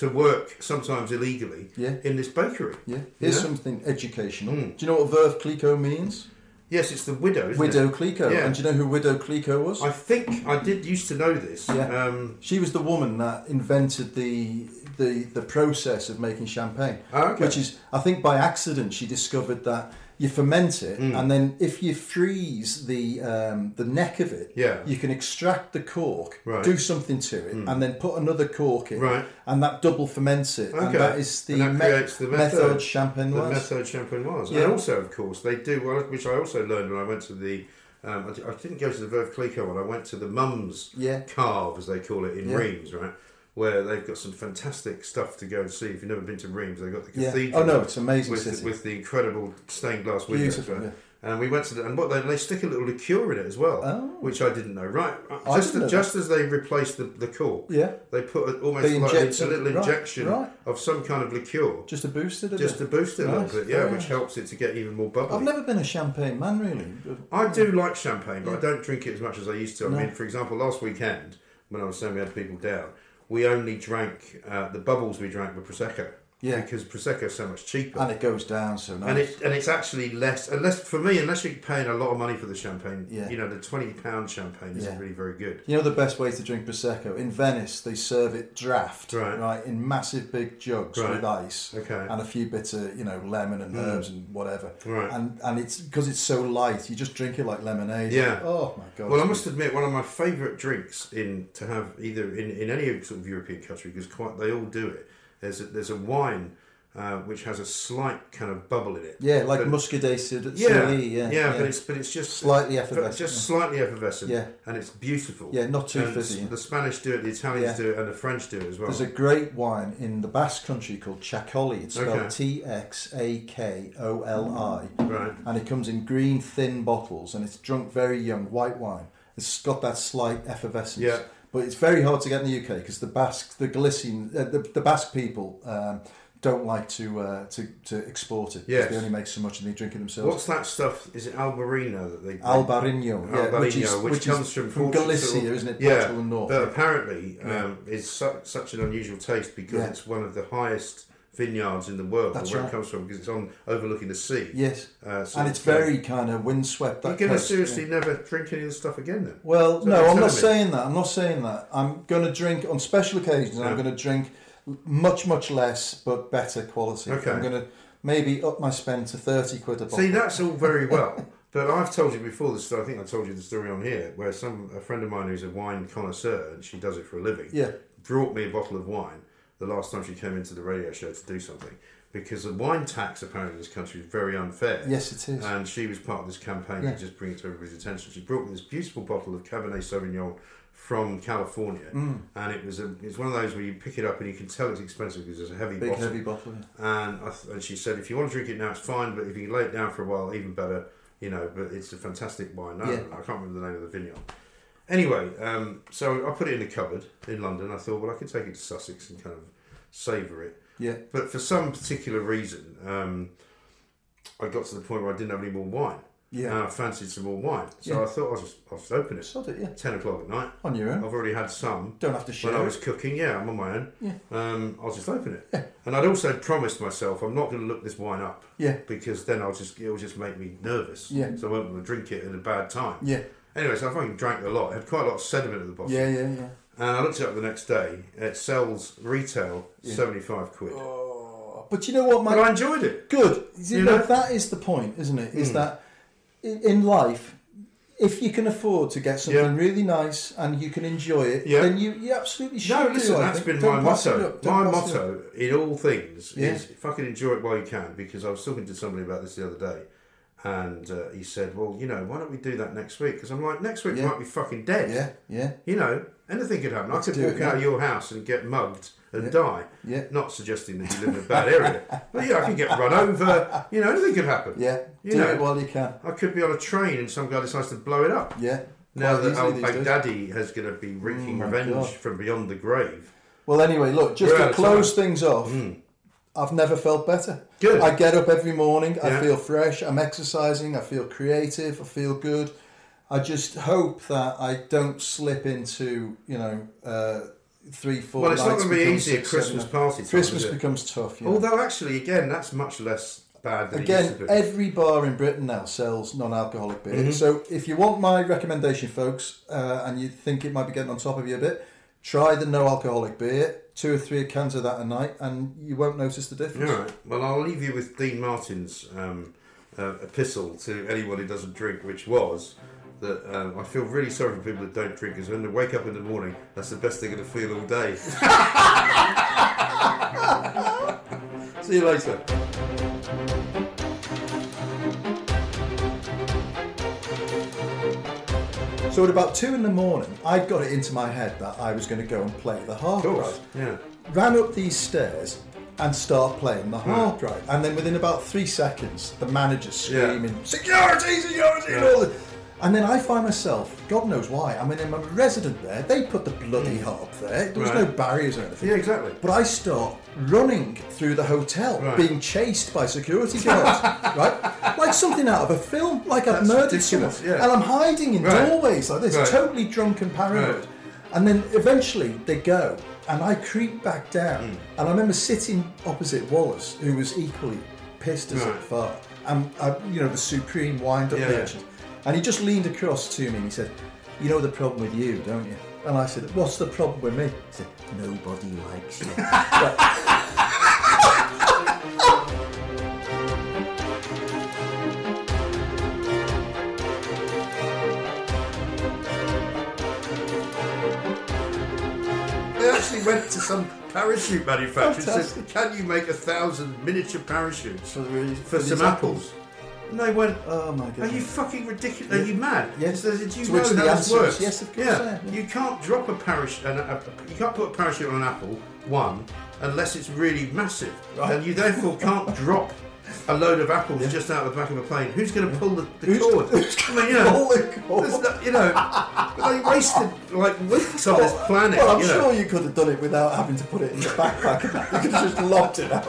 Speaker 1: to work, sometimes illegally,
Speaker 2: Yeah.
Speaker 1: in this bakery.
Speaker 2: Yeah,
Speaker 1: you
Speaker 2: here's
Speaker 1: know?
Speaker 2: something educational. Do you know what Verve Clico means?
Speaker 1: Yes, it's the widow, Hmm. isn't
Speaker 2: Widow
Speaker 1: it?
Speaker 2: Clico.
Speaker 1: Yeah.
Speaker 2: And do you know who Widow Clico was?
Speaker 1: I think I did used to know this.
Speaker 2: Yeah.
Speaker 1: Um,
Speaker 2: she was the woman that invented the the the process of making champagne.
Speaker 1: Oh, okay.
Speaker 2: Which is, I think, by accident she discovered that you ferment it,
Speaker 1: Mm.
Speaker 2: and then if you freeze the um, the neck of it,
Speaker 1: Yeah.
Speaker 2: you can extract the cork,
Speaker 1: Right. Mm.
Speaker 2: do something to it, and then put another cork in,
Speaker 1: Right.
Speaker 2: and that double ferments it, and
Speaker 1: Okay.
Speaker 2: that is the,
Speaker 1: And that
Speaker 2: me-
Speaker 1: creates the
Speaker 2: method,
Speaker 1: method.
Speaker 2: champagne.
Speaker 1: the
Speaker 2: was.
Speaker 1: method champenoise.
Speaker 2: Yeah.
Speaker 1: And also, of course, they do, well, which I also learned when I went to the. Um, I di- I didn't go to the Verve Clicquot one, I went to the Mums
Speaker 2: Yeah.
Speaker 1: Carve, as they call it, in
Speaker 2: Yeah.
Speaker 1: Reims, right? Where they've got some fantastic stuff to go and see. If you've never been to Reims, they've got the
Speaker 2: Yeah.
Speaker 1: cathedral.
Speaker 2: Oh, no, it's an amazing
Speaker 1: with,
Speaker 2: city.
Speaker 1: With the incredible stained glass windows.
Speaker 2: Beautiful,
Speaker 1: right?
Speaker 2: yeah.
Speaker 1: And we went to the, and what they, they stick a little liqueur in it as well, which I didn't know. Right,
Speaker 2: Oh.
Speaker 1: uh,
Speaker 2: I
Speaker 1: just,
Speaker 2: didn't know
Speaker 1: just as they replaced the, the cork,
Speaker 2: Yeah.
Speaker 1: they put a, almost
Speaker 2: They
Speaker 1: like
Speaker 2: inject
Speaker 1: it's a little
Speaker 2: something- right,
Speaker 1: injection
Speaker 2: right.
Speaker 1: of some kind of liqueur,
Speaker 2: Just a booster, didn't
Speaker 1: just to
Speaker 2: it?
Speaker 1: boost it a
Speaker 2: Nice.
Speaker 1: little bit, yeah,
Speaker 2: Very
Speaker 1: which
Speaker 2: nice.
Speaker 1: helps Mm. it to get even more bubbly.
Speaker 2: I've never been a champagne man, really.
Speaker 1: I do like champagne, but I don't drink it as much as I used to. I mean, for example, last weekend when I was saying we had people down, we only drank uh, the bubbles we drank were prosecco.
Speaker 2: Yeah.
Speaker 1: because prosecco is so much cheaper,
Speaker 2: And it goes down so nice.
Speaker 1: and it and it's actually less unless for me unless you're paying a lot of money for the champagne.
Speaker 2: Yeah.
Speaker 1: you know the twenty pound champagne isn't
Speaker 2: Yeah.
Speaker 1: really very good.
Speaker 2: You know the best way to drink prosecco in Venice. They serve it draft,
Speaker 1: Right.
Speaker 2: in massive big jugs
Speaker 1: Right.
Speaker 2: with ice,
Speaker 1: Okay. Hmm.
Speaker 2: and a few bits of you know lemon and herbs and whatever.
Speaker 1: Right.
Speaker 2: And and it's because it's so light, you just drink it like lemonade.
Speaker 1: Yeah.
Speaker 2: Oh my god.
Speaker 1: Well, I must admit, one of my favourite drinks in to have either in, in any sort of European country because quite they all do it. There's a, there's a wine uh, which has a slight kind of bubble in it.
Speaker 2: Yeah, like
Speaker 1: But-
Speaker 2: muscadet Cid-
Speaker 1: Yeah,
Speaker 2: Cyril, yeah,
Speaker 1: yeah, but it's but it's just
Speaker 2: Slightly
Speaker 1: but
Speaker 2: effervescent,
Speaker 1: just
Speaker 2: yeah.
Speaker 1: slightly effervescent,
Speaker 2: Yeah.
Speaker 1: and it's beautiful.
Speaker 2: Yeah, not too
Speaker 1: And the-
Speaker 2: fizzy.
Speaker 1: The Spanish do it, the Italians
Speaker 2: Yeah.
Speaker 1: do it, and the French do it as well.
Speaker 2: There's a great wine in the Basque country called Chacoli. It's spelled
Speaker 1: Okay.
Speaker 2: T X A K O L I.
Speaker 1: Right.
Speaker 2: And it comes in green, thin bottles and it's drunk very young, white wine. It's got that slight effervescence.
Speaker 1: Yeah.
Speaker 2: But it's very hard to get in the UK because the Basque, the Galician, uh, the, the Basque people um, don't like to, uh, to to export it. 'cause
Speaker 1: Yes.
Speaker 2: They only make so much and they drink it themselves.
Speaker 1: What's that stuff? Is it Albarino that they
Speaker 2: Albarino, yeah,
Speaker 1: Albarino,
Speaker 2: which is-
Speaker 1: which,
Speaker 2: which is
Speaker 1: comes from,
Speaker 2: from
Speaker 1: Portugal.
Speaker 2: Galicia, isn't it?
Speaker 1: Yeah,
Speaker 2: Portugal and North.
Speaker 1: but apparently um, it's su- such an unusual taste because
Speaker 2: Yeah.
Speaker 1: it's one of the highest vineyards in the world,
Speaker 2: That's
Speaker 1: or where
Speaker 2: right.
Speaker 1: it comes from, because it's on overlooking the sea.
Speaker 2: Yes.
Speaker 1: uh, so
Speaker 2: and it's
Speaker 1: um,
Speaker 2: very kind of windswept. That
Speaker 1: You're going to
Speaker 2: coast, yeah.
Speaker 1: seriously never drink any of the stuff again, then?
Speaker 2: Well,
Speaker 1: So
Speaker 2: no,
Speaker 1: you're
Speaker 2: I'm not
Speaker 1: telling me-
Speaker 2: saying that. I'm not saying that. I'm going to drink on special occasions. I'm
Speaker 1: Yeah.
Speaker 2: going to drink much, much less, but better quality.
Speaker 1: Okay.
Speaker 2: I'm going to maybe up my spend to thirty quid a bottle.
Speaker 1: See, that's all very well, but I've told you before this. I think I told you the story on here, where some a friend of mine who's a wine connoisseur and she does it for a living.
Speaker 2: Yeah.
Speaker 1: brought me a bottle of wine the last time she came into the radio show to do something because the wine tax apparently in this country is very unfair.
Speaker 2: Yes, it is.
Speaker 1: And she was part of this campaign
Speaker 2: Yeah.
Speaker 1: to just bring it to everybody's attention. She brought me this beautiful bottle of Cabernet Sauvignon from California,
Speaker 2: Mm.
Speaker 1: and it was a, it's one of those where you pick it up and you can tell it's expensive because it's a heavy
Speaker 2: big
Speaker 1: bottle.
Speaker 2: heavy bottle.
Speaker 1: And I th- and she said, if you want to drink it now, it's fine, but if you lay it down for a while, even better. you know, but it's a fantastic wine. No,
Speaker 2: Yeah.
Speaker 1: I can't remember the name of the vineyard. Anyway, um, so I put it in a cupboard in London. I thought, well, I could take it to Sussex and kind of savour it.
Speaker 2: Yeah.
Speaker 1: But for some particular reason, um, I got to the point where I didn't have any more wine.
Speaker 2: Yeah.
Speaker 1: And I fancied some more wine. So
Speaker 2: Yeah.
Speaker 1: I thought I'll just, I'll just open it.
Speaker 2: Sod it, yeah.
Speaker 1: 10 o'clock at night.
Speaker 2: On your own.
Speaker 1: I've already had some.
Speaker 2: Don't have to share
Speaker 1: When I
Speaker 2: it.
Speaker 1: was cooking, yeah, I'm on my own. Yeah. Um, I'll just open it. And I'd also promised myself I'm not going to look this wine up.
Speaker 2: Yeah.
Speaker 1: Because then I'll just it'll just make me nervous.
Speaker 2: Yeah.
Speaker 1: So I won't want to drink it at a bad time.
Speaker 2: Yeah.
Speaker 1: Anyway, so I fucking drank a lot. Had quite a lot of sediment at the bottom.
Speaker 2: Yeah, yeah, yeah.
Speaker 1: And I looked it up the next day. It sells retail seventy five quid.
Speaker 2: Oh. But you know what, man?
Speaker 1: But I enjoyed it.
Speaker 2: Good. You
Speaker 1: You
Speaker 2: know,
Speaker 1: know? Hmm.
Speaker 2: that is the point, isn't it? Is that in, in life, if you can afford to get something
Speaker 1: Yeah.
Speaker 2: really nice and you can enjoy it,
Speaker 1: Yeah.
Speaker 2: then you, you absolutely should.
Speaker 1: No,
Speaker 2: do,
Speaker 1: listen,
Speaker 2: I
Speaker 1: that's
Speaker 2: think.
Speaker 1: been
Speaker 2: Don't
Speaker 1: my
Speaker 2: pass it
Speaker 1: motto.
Speaker 2: up,
Speaker 1: My
Speaker 2: don't pass it up.
Speaker 1: motto in all things
Speaker 2: Yeah.
Speaker 1: is fucking enjoy it while you can. Because I was talking to somebody about this the other day, and uh, he said, "Well, you know, why don't we do that next week?" Because I'm like, next week
Speaker 2: Yeah.
Speaker 1: might be fucking dead.
Speaker 2: Yeah, yeah.
Speaker 1: You know, anything could happen.
Speaker 2: Let's
Speaker 1: I could
Speaker 2: do it
Speaker 1: walk out
Speaker 2: now.
Speaker 1: of your house and get mugged and die.
Speaker 2: Yeah.
Speaker 1: Not suggesting that you live in a bad area, but yeah, I could get run over. You know, anything could happen.
Speaker 2: Yeah.
Speaker 1: You
Speaker 2: do
Speaker 1: know,
Speaker 2: it while you can.
Speaker 1: I could be on a train and some guy decides to blow it up.
Speaker 2: Yeah.
Speaker 1: Now
Speaker 2: Quite
Speaker 1: that
Speaker 2: easily
Speaker 1: Al
Speaker 2: these days. Mm,
Speaker 1: Baghdadi has going to be wreaking
Speaker 2: my
Speaker 1: revenge
Speaker 2: God.
Speaker 1: from beyond the grave.
Speaker 2: Well, anyway, look, just
Speaker 1: We're out
Speaker 2: to
Speaker 1: of
Speaker 2: close
Speaker 1: time. Hmm.
Speaker 2: things off, I've never felt better.
Speaker 1: Good.
Speaker 2: I get up every morning, I
Speaker 1: Yeah.
Speaker 2: feel fresh, I'm exercising, I feel creative, I feel good. I just hope that I don't slip into, you know, uh, three, four
Speaker 1: Well, it's not
Speaker 2: nights
Speaker 1: gonna be
Speaker 2: becomes
Speaker 1: easy at
Speaker 2: six, seven,
Speaker 1: Christmas
Speaker 2: eight.
Speaker 1: party time,
Speaker 2: Christmas
Speaker 1: is it?
Speaker 2: becomes tough, yeah.
Speaker 1: Although, actually, again, that's much less bad than it used
Speaker 2: Again,
Speaker 1: to be.
Speaker 2: every bar in Britain now sells non-alcoholic beer.
Speaker 1: Mm-hmm.
Speaker 2: So if you want my recommendation, folks, uh, and you think it might be getting on top of you a bit, try the no-alcoholic beer, two or three cans of that a night, and you won't notice the difference.
Speaker 1: All right. Well, I'll leave you with Dean Martin's um, uh, epistle to anyone who doesn't drink, which was that um, I feel really sorry for people that don't drink because when they wake up in the morning, that's the best they're going to feel all day. See you later.
Speaker 2: So at about two in the morning, I got it into my head that I was going to go and play the
Speaker 1: Of
Speaker 2: harp.
Speaker 1: course.
Speaker 2: right?
Speaker 1: Yeah. Hmm.
Speaker 2: Ran up these stairs and start playing the harp, right? And then within about three seconds, the manager's
Speaker 1: Yeah.
Speaker 2: screaming, "Security, security!" and all. The... And then I find myself, God knows why. I mean, I'm a resident there. They put the bloody harp there. There was no
Speaker 1: Mm. Right.
Speaker 2: barriers or anything.
Speaker 1: Yeah, exactly.
Speaker 2: But I start running through the hotel,
Speaker 1: Right.
Speaker 2: being chased by security guards, right? Like something out of a film. Like I've
Speaker 1: That's
Speaker 2: murdered someone,
Speaker 1: ridiculous, yeah.
Speaker 2: and I'm hiding in
Speaker 1: Right.
Speaker 2: doorways like this,
Speaker 1: Right.
Speaker 2: totally drunk and paranoid.
Speaker 1: Right.
Speaker 2: And then eventually they go, and I creep back down.
Speaker 1: Mm.
Speaker 2: And I remember sitting opposite Wallace, who was equally pissed as
Speaker 1: Right.
Speaker 2: a fart, and uh, you know the supreme wind-up
Speaker 1: Yeah, yeah.
Speaker 2: legend. And he just leaned across to me and he said, "You know the problem with you, don't you?" And I said, "What's the problem with me?" He said, "Nobody likes you." But-
Speaker 1: They actually went to some parachute manufacturer and said,
Speaker 2: Fantastic.
Speaker 1: Can you make a thousand miniature parachutes
Speaker 2: For the-
Speaker 1: for
Speaker 2: for
Speaker 1: some
Speaker 2: these
Speaker 1: apples?
Speaker 2: apples?
Speaker 1: And they went,
Speaker 2: Oh my
Speaker 1: Are
Speaker 2: goodness.
Speaker 1: you fucking ridiculous? Are you mad?
Speaker 2: Yes.
Speaker 1: So did you
Speaker 2: To
Speaker 1: know
Speaker 2: which the
Speaker 1: that this
Speaker 2: answer is
Speaker 1: works?
Speaker 2: yes, of course I
Speaker 1: Yeah.
Speaker 2: am, yeah.
Speaker 1: You can't drop a parachute. An, a, a- you can't put a parachute on an apple one unless it's really massive,
Speaker 2: Right.
Speaker 1: and you therefore can't drop a load of apples just out of the back of a plane. Who's going to pull the, the
Speaker 2: Who's-
Speaker 1: cord?
Speaker 2: who's
Speaker 1: I mean, you know,
Speaker 2: pull the cord?
Speaker 1: there's no- you know, but they wasted like weeks on this planet.
Speaker 2: Well, I'm
Speaker 1: you know.
Speaker 2: sure you could have done it without having to put it in your backpack. you could have just locked it out.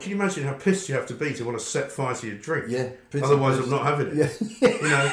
Speaker 1: Can you imagine how pissed you have to be to want to set fire to your drink?
Speaker 2: Yeah, pretty
Speaker 1: Otherwise, I'm
Speaker 2: pissed.
Speaker 1: not having it. you know.